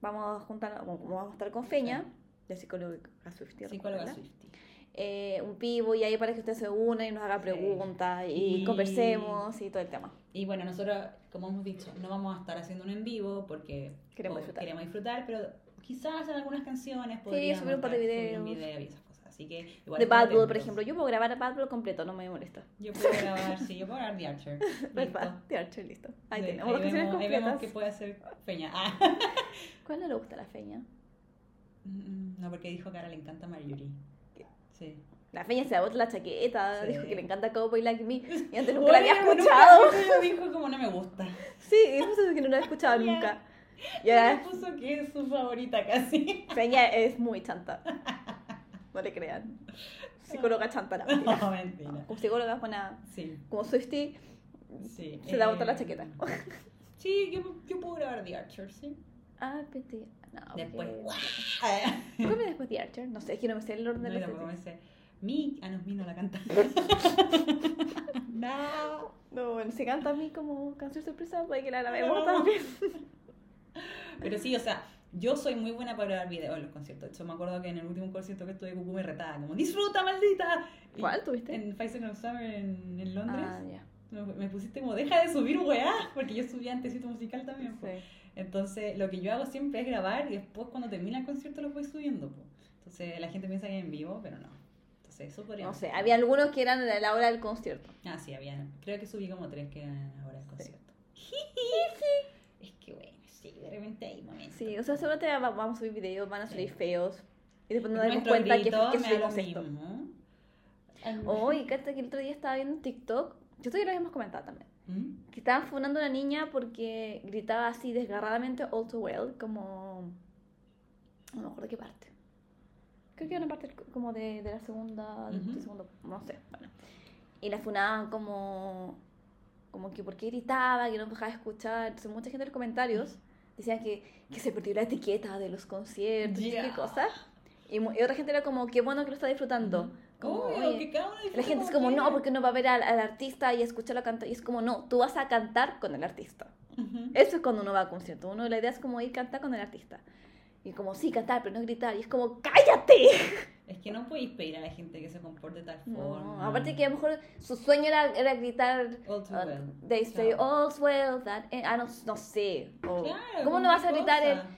vamos a juntar, como vamos a estar con Feña, de psicóloga Swiftie, psicóloga recuerda, Swiftie. eh, un pivo, y ahí para que usted se una y nos haga Sí. preguntas y Y- conversemos y todo el tema. Y bueno, nosotros, como hemos dicho, no vamos a estar haciendo un en vivo porque Queremos o- disfrutar. queremos disfrutar, pero quizás en algunas canciones podríamos subir un par de estar- subir un videos. video y esas cosas. Así que igual De estén Bad Blood, por atentos. ejemplo. Yo puedo grabar a Bad Blood completo, no me molesta. Yo puedo grabar, sí, yo puedo grabar The Archer. Listo. Perfecto, de Archer, listo. Ahí Sí, tenemos las canciones vemos, ahí vemos completas. qué puede hacer Peña. Ah. ¿Cuál no le gusta a la feña? Mm, No, porque dijo que ahora le encanta Marjorie. Sí. La feña se botó la chaqueta, Sí. dijo que le encanta Cowboy Like Me y antes nunca Oye, la había nunca- escuchado. nunca Dijo como no me gusta. Sí, eso es que no la había escuchado Ya. nunca. Y Ya. ahora Puso que es su favorita casi. feña es muy chanta. No le crean. Psicóloga chanta, no, mentira. No, mentira. Como psicóloga buena, Sí. como Swifty, Sí. Se te va a botar la eh, chaqueta. Sí, yo, yo puedo grabar The Archer, sí. Ah, pete. No, porque- Después. ¿Cómo viene después de Archer? No sé, es que no me sé el orden No, de y los tampoco Swifties. me sé. Mi. Ah, no, mi no la canta. no. No, bueno, se canta a mí como canción sorpresa, puede que la grabemos No. también. Pero sí, o sea, yo soy muy buena para grabar videos en los conciertos. De hecho, me acuerdo que en el último concierto que estuve, Cucu me retaba, como, ¡disfruta, maldita! Y ¿Cuál tuviste? En Pfizer Summer en, en Londres. Ah, ya. Me, me pusiste como, deja de subir, weá, porque yo subía antecito musical también. po. Sí. Entonces, lo que yo hago siempre es grabar y después cuando termina el concierto lo voy subiendo. po. Entonces, la gente piensa que es en vivo, pero no. Entonces, eso podría... No sé, había algunos que eran a la hora del concierto. Ah, sí, había... Creo que subí como tres que eran ahora el concierto. es que bueno, sí, de repente hay momentos. Sí, o sea, seguramente va- vamos a subir videos, van a salir Sí. feos. Y después nos daremos Nuestro cuenta que, grito que me da lo subimos esto. mismo. Hoy, Cata, que el otro día estaba viendo un TikTok, yo todavía lo habíamos comentado también, ¿Mm? que estaban funando a una niña porque gritaba así desgarradamente All Too Well, como... No me acuerdo qué parte. Creo que era una parte como de, de la segunda, del Ujú. segundo, no sé, bueno. Y la funaban como... Como que porque gritaba, que no dejaba de escuchar. Entonces mucha gente en los comentarios decían que, que se perdió la etiqueta de los conciertos y Ya. qué cosas. Y, mu- y otra gente era como, qué bueno que lo está disfrutando. Como, Obvio, "Oye, oh, que cada uno la disfruta gente es como como, no, quiere. porque no va a ver al, al artista y escucharlo cantar. Y es como, no, tú vas a cantar con el artista. Ujú. Eso es cuando uno va a concierto. Uno, la idea es como ir a cantar con el artista. Y como, sí, cantar, pero no gritar. Y es como, ¡cállate! Es que no podéis pedir a la gente que se comporte de tal No, forma. aparte que a lo mejor su sueño era, era gritar... All too uh, well. They say Chao. all's well that... en- ah, no, no sé. O, Claro, oh. ¿Cómo no vas a gritar el... cosa.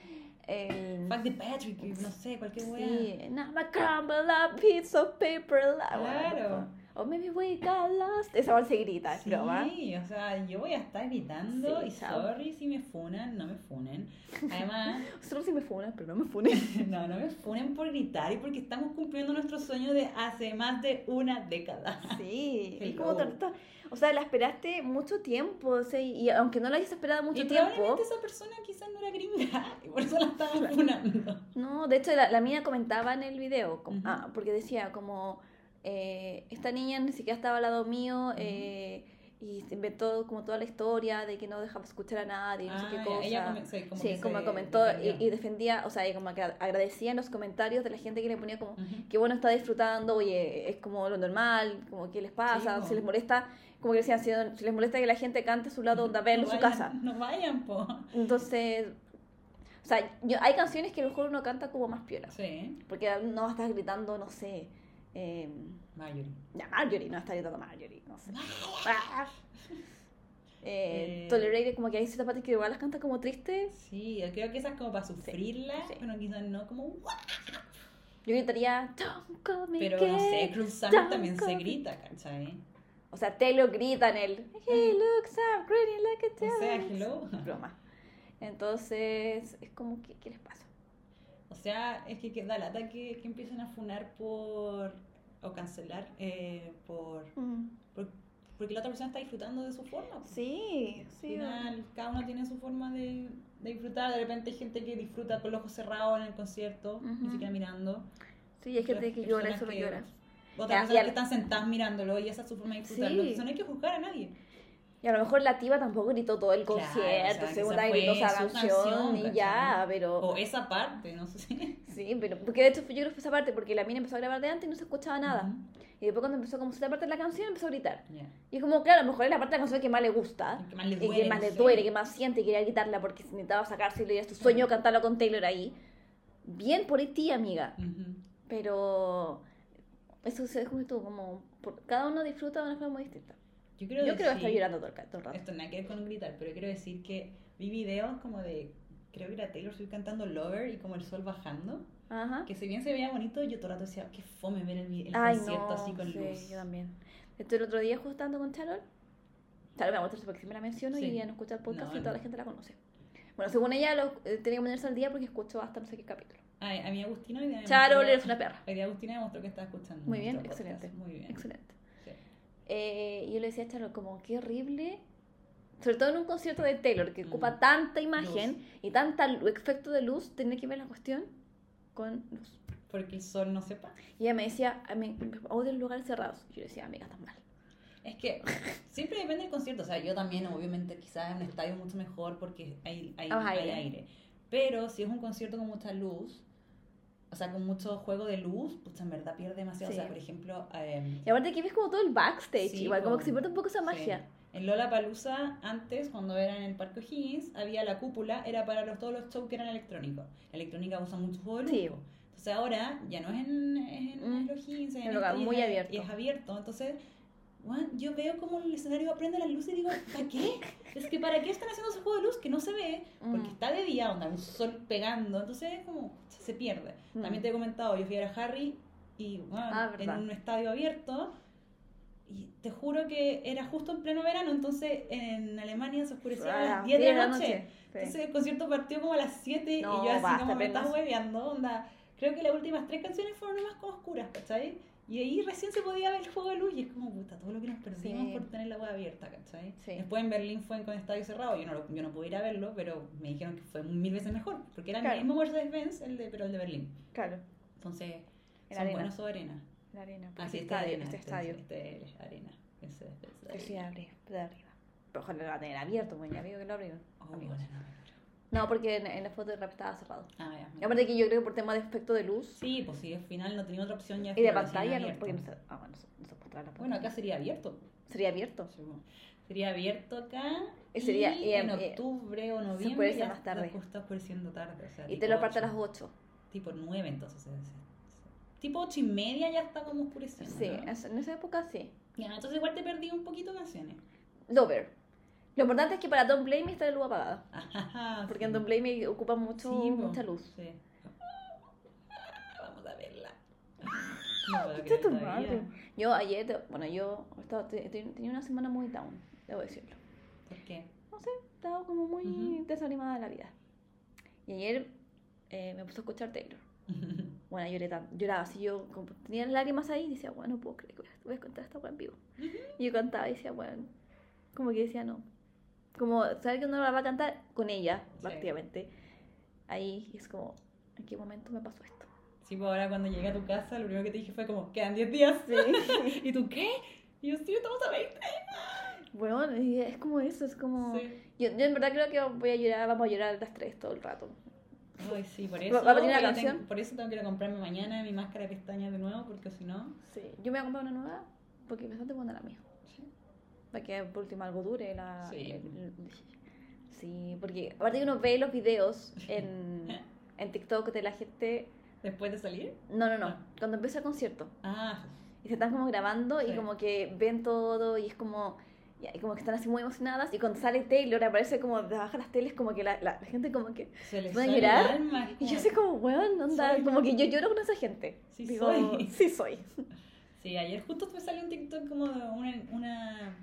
el- Fuck the Patrick, no sé, cualquier wea. Sí, and I'm a crumble up piece of paper. la- Claro. O maybe we got lost. Esa parte se grita, es Sí, broma. o sea, yo voy a estar gritando Sí, y chao. sorry si me funan, no me funen. Además, Solo si me funan, pero no me funen. no, no me funen por gritar y porque estamos cumpliendo nuestro sueño de hace más de una década. Sí, es Hello. como tanto. O sea, la esperaste mucho tiempo, o sea, y aunque no la hayas esperado mucho y tiempo. probablemente esa persona quizás no era gringa y por eso la estaban funando. No, de hecho, la, la mina comentaba en el video, como- Ujú. ah, porque decía como. eh, esta niña ni siquiera estaba al lado mío eh, y se inventó como toda la historia de que no dejaba escuchar a nadie, no sé qué Ah, cosa. ella come- sí, como sí, que como se comentó y, defendió. y defendía, o sea, y como que agradecía en los comentarios de la gente que le ponía como, Ujú. que bueno, está disfrutando, oye, es como lo normal, como que les pasa, po. si les molesta, como que decían, si, si les molesta que la gente cante a su lado, onda, verlo en su vayan, casa. No vayan, po. Entonces, o sea, yo, hay canciones que a lo mejor uno canta como más piola, Sí, porque no estás gritando, no sé, eh, Marjorie. ya Marjorie, no estás gritando Marjorie, no sé. Ah. Eh, Eh. Tolerated, como que hay ciertas partes que igual las canta como tristes. Sí, creo que esa es como para sufrirla, sí. pero quizás no como uh, "What?". Yo gritaría, Don't call me Pero no gay". sé, Cruz Summer Don't también se call me- grita, ¿cachai? O sea, Taylor grita en el He looks up, grinning like a O sea, giant". hello. broma. Entonces, es como que, ¿qué les pasa? O sea, es que, que da lata que, que Mm, empiecen a funar por. o cancelar eh, por, por porque la otra persona está disfrutando de su forma. po. Sí, Al sí. final, cada uno tiene su forma de, de disfrutar. De repente hay gente que disfruta con los ojos cerrados en el concierto, ni Ujú. siquiera mirando. Sí, hay gente Otras que llora y personas solo que- llora. Ya, Otras y personas al- que están sentadas mirándolo y esa es su forma de disfrutarlo. Sí. Entonces, no hay que juzgar a nadie. Y a lo mejor la tipa tampoco gritó todo el Claro, concierto, o sea, según esa la gritó fue esa su canción, canción, y ¿cachai? ya, pero... O esa parte, no sé si. Sí, pero porque de hecho yo creo que fue esa parte, porque la mina empezó a grabar de antes y no se escuchaba nada. Ujú. Y después cuando empezó como cierta parte de la canción empezó a gritar. Ya. Y es como, claro, a lo mejor es la parte de la canción que más le gusta, El que más le ¿Ah? y duele, que más no le sé. duele, que más siente y quería gritarla porque intentaba sacárselo y era su sueño cantarlo con Taylor ahí. Bien por ti, amiga, Ujú. pero eso es como tú, como por- cada uno disfruta de una forma muy distinta. Yo creo, Yo creo que estoy decir- llorando todo el, ca- todo el rato. Esto nada que ver con gritar, pero quiero decir que vi videos como de. Creo que era Taylor Swift cantando Lover y como el sol bajando. Ajá. Que si bien se veía bonito, yo todo el rato decía, qué fome ver el, vi- el Ay, concierto no, así con sí, luz. yo también. De hecho, el otro día justo estando con Charol, Charol me va a mostrar porque siempre la menciono Sí. y ella no escucha el podcast No, y toda no. la gente la conoce. Bueno, según ella, lo, eh, tenía que ponerse al día porque escuchó hasta no sé qué capítulo. Ay, a mí Agustina hoy día me Charol, mostró- eres una perra. Hoy día Agustina me mostró que estaba escuchando. Muy bien, nuestro podcast. excelente. Muy bien. Excelente. Sí. Eh, y yo le decía a Charol, como, qué horrible. Sobre todo en un concierto de Taylor, que ocupa Mm. tanta imagen y tanta lu- efecto de luz, tener que ver la cuestión con luz. Porque el sol no sepa. Y ella me decía, "A mí- odio los lugares cerrados. Y yo le decía, amiga, estás mal. Es que siempre depende del concierto. O sea, yo también, obviamente, quizás en un estadio mucho mejor porque hay, hay, Ah, hay aire. aire. Pero si es un concierto con mucha luz, o sea, con mucho juego de luz, pues en verdad pierde demasiado. Sí. O sea, por ejemplo. em, Y aparte aquí ves como todo el backstage, Sí, igual, como po. que se pierde un poco esa magia. Sí. En Lola Palusa, antes, cuando era en el Parque O'Higgins, había la cúpula, era para los, todos los shows que eran electrónicos. La electrónica usa mucho juego de Sí. lujo. Entonces ahora ya no es en, es en Mm. el O'Higgins, es Un en lugar esto y muy es- abierto. Y es abierto. Entonces, weón, yo veo como el escenario aprende las luces y digo, ¿para qué? es que ¿para qué están haciendo ese juego de luz que no se ve? Porque Mm. está de día, onda, un sol pegando. Entonces, es como se pierde. Mm. También te he comentado, yo fui a ver a Harry y bueno, Ah, en verdad. un estadio abierto. Y te juro que era justo en pleno verano, entonces en Alemania se oscurecía a Ah, las 10 de la noche. Sí. Entonces el concierto partió como a las 7 No, y yo así basta, como me apenas. estás hueveando, onda. Creo que las últimas tres canciones fueron más como oscuras, ¿cachai? Y ahí recién se podía ver el juego de luz y es como, puta, todo lo que nos perdimos Sí. por tener la web abierta, ¿cachai? Sí. Después en Berlín fue con estadio cerrado, yo no, lo- yo no pude ir a verlo, pero me dijeron que fue mil veces mejor, porque era Claro. el mismo Mercedes-Benz, el de, pero el de Berlín. Claro, Entonces, En son arena. buenos sobre arena. en la arena. Ah, sí, este este estadio, arena. este estadio. Este es arena. Ese es el Que sí, estadio. abre, de arriba. Pero ojalá lo va a tener abierto, bueno, ya veo que lo abrieron. Oh, amigos. bueno. No, porque en, en la foto de rap estaba cerrado. Ah, ya. Y aparte que yo creo que por tema de efecto de luz Sí, pues sí, al final no tenía otra opción ya. y de fue recién pantalla, no, abierto. porque no se, ah, bueno, no se- no se mostraba la Bueno, pantalla. acá sería abierto. Sería abierto. según. Sería abierto acá. Y sería- y y, en eh, octubre o noviembre. oscurece ya más está- tarde. Está oscureciendo tarde. O sea, Y tipo te lo parte a las ocho. 8. Tipo 9, entonces. es- es- Tipo 8 y media ya está como oscureciendo. Sí, ¿no? es- en esa época sí. Ya, entonces igual te perdí un poquito canciones. Dover. Lo importante es que para Don't Blame Me está la luz apagada. Ajá, Porque en Ah, sí. Don't Blame Me ocupa mucho, Sí, po. mucha luz. Sí. Vamos a verla. No puedo Está creer tu todavía. madre. Yo ayer, te- bueno, yo estaba, te- te- tenía una semana muy down, debo decirlo. ¿Por qué? Estaba como muy Ujú. desanimada de la vida. Y ayer eh, me puse a escuchar Taylor. Bueno, lloré tan- lloraba así, yo como tenía lágrimas ahí y decía, bueno, no puedo creer que voy a- voy a contar esta weá en vivo. Y yo cantaba y decía, bueno, como que decía, no. Como, saber que uno la va a cantar con ella, Sí. prácticamente. Ahí y es como, ¿en qué momento me pasó esto? Sí, pues ahora cuando llegué a tu casa, lo primero que te dije fue como, quedan 10 días. Sí. ¿Y tú qué? Y yo, sí, estamos a 20. bueno, y es como eso, es como... Sí. Yo, yo en verdad creo que voy a llorar, vamos a llorar las tres todo el rato. Ay, sí, por eso. va a venir la yo canción? tengo- por eso tengo que ir a comprarme mañana mi máscara de pestañas de nuevo, porque si no. Sí, yo me voy a comprar una nueva porque es bastante buena la mía. Sí. Para que por último algo dure la... Sí. el- el- sí, porque aparte que uno ve los videos en, en TikTok de la gente... Después de salir. No, no, no, Ah. cuando empieza el concierto. Ah, Y se están como grabando y Sí. como que ven todo y es como... Y y como que están así muy emocionadas y cuando sale Taylor aparece como de abajo de las teles como que la, la- la gente como que... se les ¿Van a sale el llorar? alma. es Y yo como- sé como, weón, onda, Ah. Soy. como que yo lloro con esa gente. Sí soy. Sí soy. Sí, ayer justo me salió un TikTok como de una, una,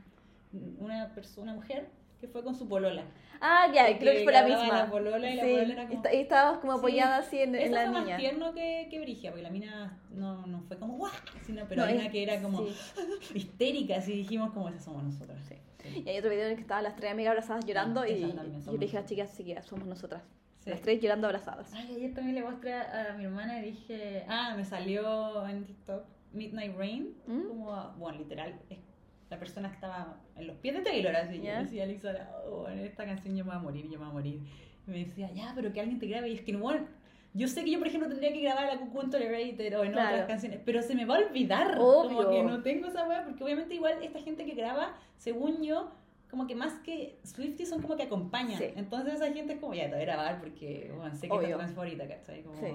una persona, una mujer, que fue con su polola. Ah, ya, Porque creo que fue la grababa misma. la polola y la Sí, polola era como- esta- y estabas como Sí. apoyada así en, en Esa la fue niña. más tierno que, que Brigia, porque la mina no, no fue como guau, sino pero No, hay es- una que era como sí. histérica, así dijimos como esas somos nosotras. Sí, sí. Y hay otro video en el que estaban las tres amigas abrazadas llorando y, esas también y yo somos le dije a las chicas, nosotras. sí, que somos nosotras. Sí. Las tres llorando abrazadas. Ay, ayer también le mostré a, a mi hermana y dije, ah, me salió en TikTok Midnight Rain, ¿Mm? como, a- bueno, literal, es- la persona estaba en los pies de Taylor, así, Ya. y decía Alexandra, oh, bueno, esta canción yo me voy a morir, yo me voy a morir. Y me decía, ya, pero que alguien te grabe, y es que no, bueno, yo sé que yo, por ejemplo, tendría que grabar la Cucu en Tolerated o en Claro. otras canciones, pero se me va a olvidar, Obvio. como que no tengo esa weá, porque obviamente igual esta gente que graba, según yo, como que más que Swifty son como que acompañan. Sí. Entonces esa gente es como, ya, te voy a grabar porque, bueno, sé que Obvio. esta es tu canción favorita, ¿cachai? Como, Sí.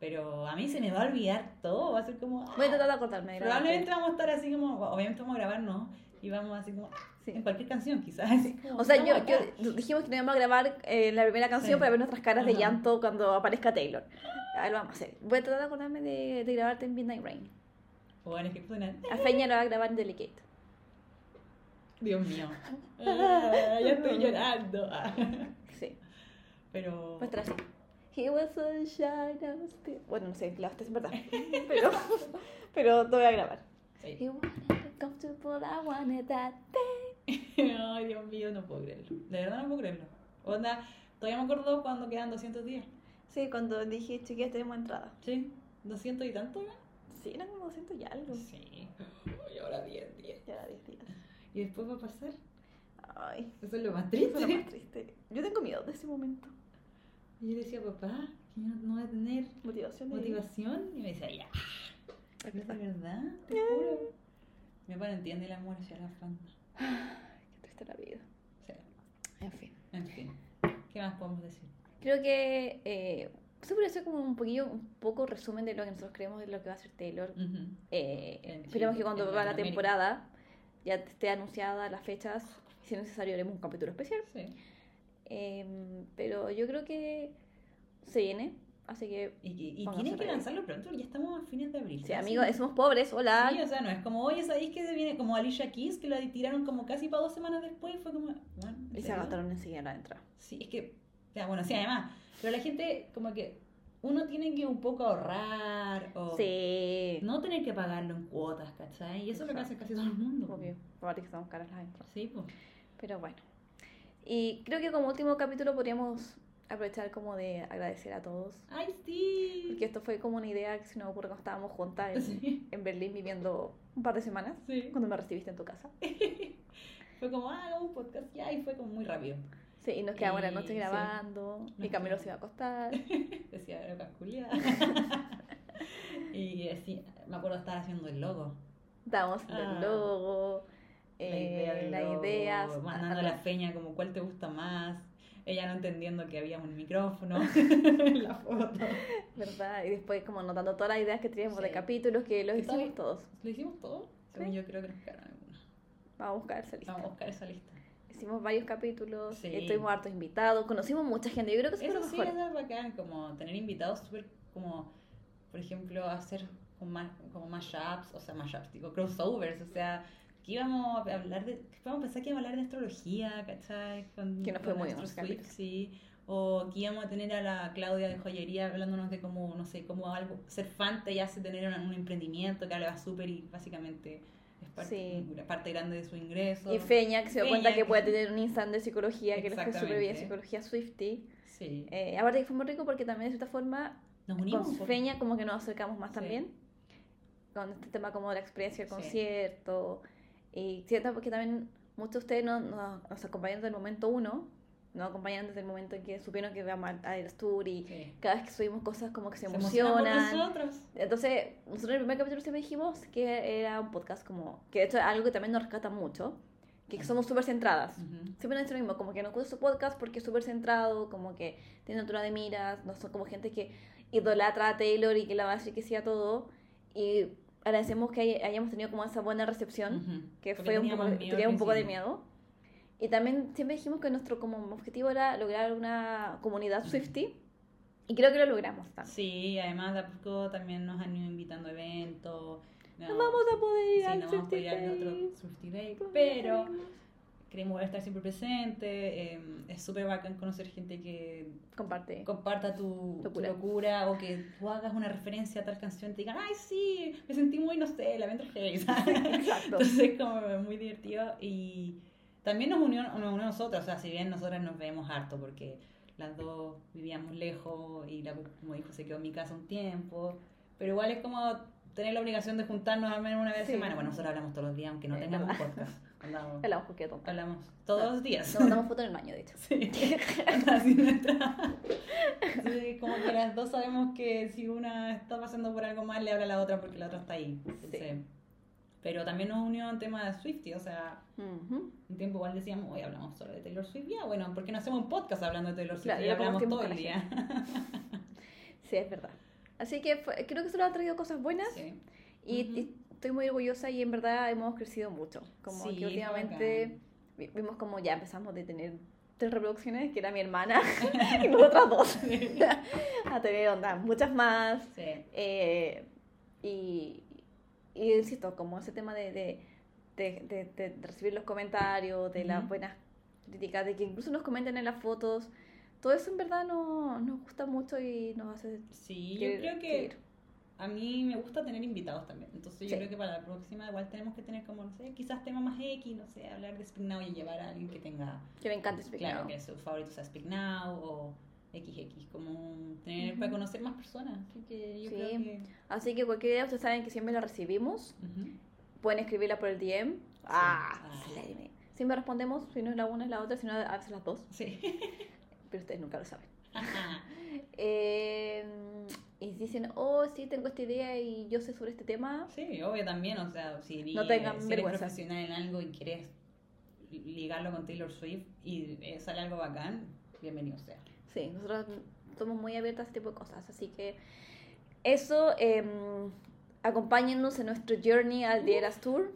Pero a mí se me va a olvidar todo, va a ser como... ah, Voy a tratar de acordarme. probablemente vamos a estar así como, obviamente vamos a grabar, ¿no? Y vamos así como, ah, Sí. en cualquier canción quizás. Como, O sea, no, yo, acá. yo- dijimos que no íbamos a grabar eh, la primera canción Sí. para ver nuestras caras de Ajá. llanto cuando aparezca Taylor. Ahí lo vamos a hacer. Voy a tratar de acordarme de, de grabarte en Midnight Rain. Bueno, es que fue una- A Feña lo va a grabar en Delicate. Dios mío. Ah, ya estoy llorando. Ah. Sí, Pero... va a estar así. He was so shy, I was still- Bueno, no sé, la es verdad. Pero, pero te voy a grabar. sí. He wanted comfortable, I wanted that. Ay, Dios mío, no puedo creerlo. De verdad no puedo creerlo. Onda, todavía me acuerdo cuando quedan 200 días. Sí, cuando dije, chiquillas, tenemos entrada. Sí, 200 y tanto, ¿no? Sí, eran como 200 y algo. Sí. Y ahora 10, 10. Ya era 10 días. Y después va a pasar. Ay, Eso es lo más eso es lo triste. más triste. Yo tengo miedo de ese momento. Y yo decía, papá, que yo no voy a tener Motivación. de- motivación. Y me decía, ya. Es ¿Es verdad. verdad? Te juro. Mi papá no entiende el amor hacia la fanta. Qué triste la vida. O sea, En fin. en fin. ¿Qué más podemos decir? Creo que eh, se podría hacer como un poquillo, un poco resumen de lo que nosotros creemos de lo que va a ser Taylor. Ujú. Eh, En esperemos Chile, que cuando en va la Latinoamérica. temporada ya esté anunciada las fechas. Si es necesario, haremos un capítulo especial. Sí. Eh, pero yo creo que se viene. Así que, Y, que- y Pónganse tienen que ready. lanzarlo pronto, ya estamos a fines de abril. sí, casi. amigos, somos pobres. Hola. Sí, o sea, no es como, oye, ¿sabéis que se viene como Alicia Keys? Que la tiraron como casi para dos semanas después y fue como, bueno, ¿en y se serio? agotaron enseguida la entrada. Sí, es que, ya, bueno, sí, además, pero la gente como que uno tiene que un poco ahorrar o Sí. no tener que pagarlo en cuotas, ¿cachai? Y eso es lo que hace casi todo el mundo. Obvio. Aparte que estamos caras las entradas. Sí, pues. Pero bueno. Y creo que como último capítulo podríamos aprovechar como de agradecer a todos. ¡Ay, sí! Porque esto fue como una idea que se nos ocurrió cuando estábamos juntas en, Sí, en Berlín viviendo un par de semanas. sí. Cuando me recibiste en tu casa. Fue como, ah, hagamos un podcast ya, y fue como muy rápido. Sí, y nos quedamos la Y- noche sí. grabando. Y Nos Camilo quedamos. se iba a acostar. Decía, loca, culiada. y así, me acuerdo, estaba haciendo el logo. Damos Ah. el logo. la idea eh, del la logo, idea, a- mandando a- a la feña como cuál te gusta más ella no entendiendo que había un micrófono en la foto ¿verdad? Y después como anotando todas las ideas que teníamos de Sí. capítulos que los ¿Qué tal? hicimos todos. lo hicimos todo según yo creo que nos quedaron algunas Vamos a buscar esa lista. vamos a buscar esa lista Hicimos varios capítulos, Sí. eh, tuvimos hartos invitados, conocimos mucha gente. Yo creo que eso fue eso lo sí mejor. es bacán como tener invitados súper como por ejemplo hacer como más como mashups o sea mashups digo crossovers o sea que íbamos a hablar de que íbamos a pensar que íbamos a hablar de astrología ¿cachai? Con- Que nos fue con muy bien, nuestro Oscar. Swift, sí o que íbamos a tener a la Claudia de joyería hablándonos de cómo no sé cómo algo ser fan te hace tener un, un emprendimiento que habla súper y básicamente es parte, Sí. una parte grande de su ingreso Y Feña, que se dio Feña, cuenta que que- puede tener un instante de psicología, que le fue súper bien, Exactamente. psicología Swifty. sí Eh, aparte que fue muy rico porque también de cierta forma nos unimos un con poco. Feña como que nos acercamos más Sí. también. Con este tema como de la experiencia del Sí. concierto. Y siento porque también muchos de ustedes no, no- nos acompañan desde el momento uno, nos acompañan desde el momento en que supieron que íbamos a- a ir a tour y Sí. cada vez que subimos cosas como que se, Se emocionan. por nosotros Entonces, nosotros en el primer capítulo siempre dijimos que era un podcast como, que de hecho es algo que también nos rescata mucho, que somos súper centradas. Ujú. Siempre nos dicen lo mismo, como que nos gusta su podcast porque es súper centrado, como que tiene altura de miras, no son como gente que idolatra a Taylor y que la va a decir que sí a todo. Y agradecemos que hay- hayamos tenido como esa buena recepción, que fue un poco, tenía un poco de miedo. Y también siempre dijimos que nuestro como objetivo era lograr una comunidad Ujú. Swifty. Y creo que lo logramos también. Sí, además de a poco también nos han ido invitando a eventos. No, No vamos a poder ir sí, al no vamos a poder ir al Surf Day. otro Surf Day, pero queremos volver a estar siempre presente. eh, es súper bacán conocer gente que Comparte. comparta tu tu locura. Locura. o que tú hagas una referencia a tal canción y te digan, ay, sí, me sentí muy, no sé, la Hayes. Exacto. Entonces, como muy divertido y también nos unió, nos unió a nosotras, o sea, si bien nosotras nos vemos harto porque las dos vivíamos lejos y la, Cu, como dijo, se quedó en mi casa un tiempo, pero igual es como tener la obligación de juntarnos al menos una vez a la Sí. semana. Bueno, nosotros hablamos todos los días, aunque no Es tengamos verdad. podcast. Hablamos, Hablamos porque tonta. hablamos todos los días. Nos mandamos fotos en el baño, de hecho. Sí. Así nuestra- Sí, como que las dos sabemos que si una está pasando por algo mal, le habla a la otra porque la otra está ahí. Entonces, Pero también nos unió en tema de Swiftie, o sea, Ujú. un tiempo igual decíamos, hoy hablamos solo de Taylor Swift, ya, bueno, ¿por qué no hacemos un podcast hablando de Taylor Swift? Claro, y y lo hablamos todo compartimos el con la día. Sí, es verdad. Así que fue- creo que solo ha traído cosas buenas Sí. y, Ujú. y estoy muy orgullosa y en verdad hemos crecido mucho. Como Sí, que es últimamente vi- vimos como ya empezamos de tener tres reproducciones, que era mi hermana y nosotras dos, a tener onda, muchas más. Sí. Eh, y, y insisto, como ese tema de, de, de- de- de recibir los comentarios, de las Ujú. buenas críticas, de que incluso nos comenten en las fotos, todo eso en verdad no, nos gusta mucho y nos hace Sí, yo querer creo que seguir. a mí me gusta tener invitados también. Entonces Sí. yo creo que para la próxima igual tenemos que tener como, no sé, quizás tema más X, no sé, hablar de Spring Now y llevar a alguien que tenga... Que me encanta Speak Claro, Now. que su favorito sea Speak Now o XX, como tener Ujú. para conocer más personas. Así que yo Sí. creo que. Así que cualquier idea, ustedes saben que siempre la recibimos. Ujú. Pueden escribirla por el DM. Ah, Ah. sí, la DM. Siempre respondemos, si no es la una es la otra, si no a veces las dos, Sí. pero ustedes nunca lo saben. Eh, y dicen, oh, sí, tengo esta idea y yo sé sobre este tema, sí, obvio también. O sea, si eres, No tengan si eres vergüenza. profesional en algo y quieres ligarlo con Taylor Swift y eh, sale algo bacán, bienvenido sea. Sí, nosotros somos muy abiertas a ese tipo de cosas, así que eso, eh, acompáñennos en nuestro journey al The Eras Tour.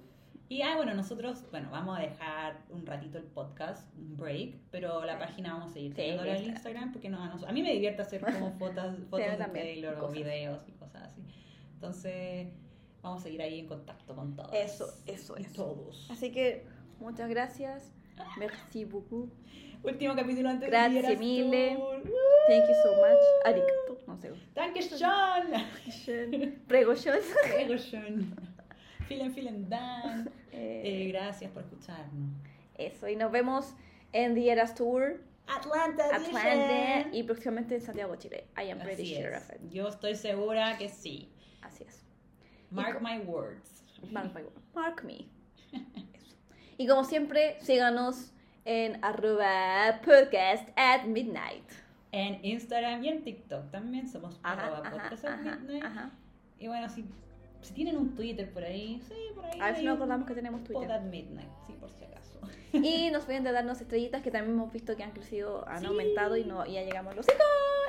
Y ah, bueno, nosotros, bueno, vamos a dejar un ratito el podcast, un break, pero la Sí. página vamos a seguir Sí, teniéndola en está. Instagram porque no, a, nos- a mí me divierte hacer como fotos, fotos de también, Taylor o cosas. videos y cosas así. Entonces, vamos a seguir ahí en contacto con todos. Eso, eso, y eso. Todos. Así que muchas gracias, merci beaucoup, Último capítulo antes Grazie de Vieras mille. Tour. ¡Woo! thank you so much, arigato, no sé, Dankeschön. prego yo. Dankeschön. Vielen, vielen Dank. Eh, Eh, gracias por escucharnos. eso, y nos vemos en The Eras Tour, Atlanta, Atlanta y próximamente en Santiago, Chile. I am pretty Así sure es. of it. Yo estoy segura que sí. Así es. Mark co- my words. Mark, my word. Mark me. Eso. Y como siempre, síganos en arroba podcast at midnight. En Instagram y en TikTok también somos arroba podcast at midnight. ajá. Y bueno, si, si tienen un Twitter por ahí, sí, por ahí. A ver si hay nos un acordamos que tenemos Pod Twitter. at midnight, sí, por si acaso. Y nos pueden darnos estrellitas que también hemos visto que han crecido, han Sí. aumentado y no, y ya llegamos a los 5.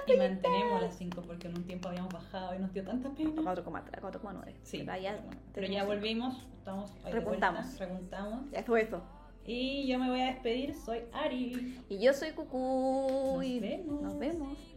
Y mantenemos las 5 porque en un tiempo habíamos bajado y nos dio tanta pena. 4,3, 4,9. Sí, Pero ya, pero ya tenemos- volvimos, estamos ahí de Repuntamos. vuelta, repuntamos. Ya fue eso. Y yo me voy a despedir, soy Ari. Y yo soy Cucú. Nos y vemos. Ah. Nos vemos.